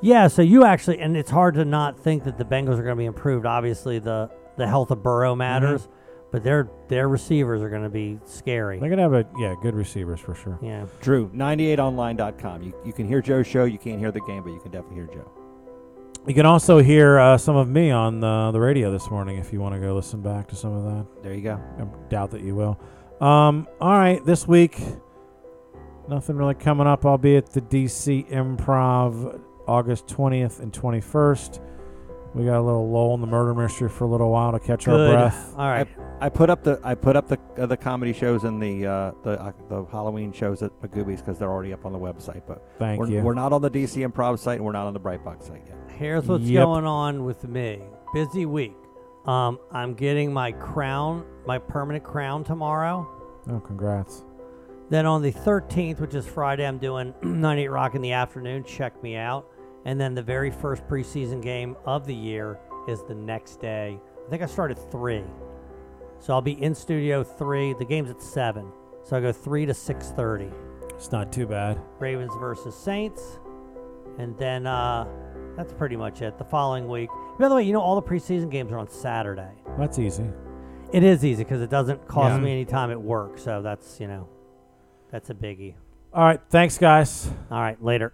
Speaker 12: Yeah, so you actually, and it's hard to not think that the Bengals are going to be improved. Obviously, the the health of
Speaker 11: Mm-hmm.
Speaker 12: Burrow matters, but their their receivers are going to be scary.
Speaker 11: They're going to have a yeah, good receivers for sure.
Speaker 12: Yeah.
Speaker 1: Drew, 98online.com. You, you can hear Joe's show. You can't hear the game, but you can definitely hear Joe.
Speaker 11: You can also hear uh, some of me on uh, the radio this morning if you want to go listen back to some of that.
Speaker 1: There you go.
Speaker 11: I doubt that you will. Um, all right, this week, nothing really coming up. I'll be at the DC Improv August 20th and 21st. We got a little lull in the murder mystery for a little while to catch our breath.
Speaker 12: All right.
Speaker 1: I, I put up the I put up the uh, the comedy shows and the uh, the uh, the Halloween shows at Magoobies because they're already up on the website. But
Speaker 11: Thank
Speaker 1: we're,
Speaker 11: you.
Speaker 1: We're not on the DC Improv site and we're not on the Brightbox site yet.
Speaker 12: Here's what's
Speaker 11: Yep.
Speaker 12: going on with me. Busy week. Um, I'm getting my crown, my permanent crown tomorrow.
Speaker 11: Oh, congrats.
Speaker 12: Then on the 13th, which is Friday, I'm doing 98 Rock in the afternoon. Check me out. And then the very first preseason game of the year is the next day. I think I start at 3. So I'll be in studio 3. The game's at 7. So I go 3 to 6.30.
Speaker 11: It's not too bad.
Speaker 12: Ravens versus Saints. And then uh, that's pretty much it. The following week. By the way, you know, all the preseason games are on Saturday.
Speaker 11: That's easy.
Speaker 12: It is easy because it doesn't cost
Speaker 11: Yeah.
Speaker 12: me any time at work. So that's, you know, that's a biggie.
Speaker 11: All right. Thanks, guys.
Speaker 12: All right. Later.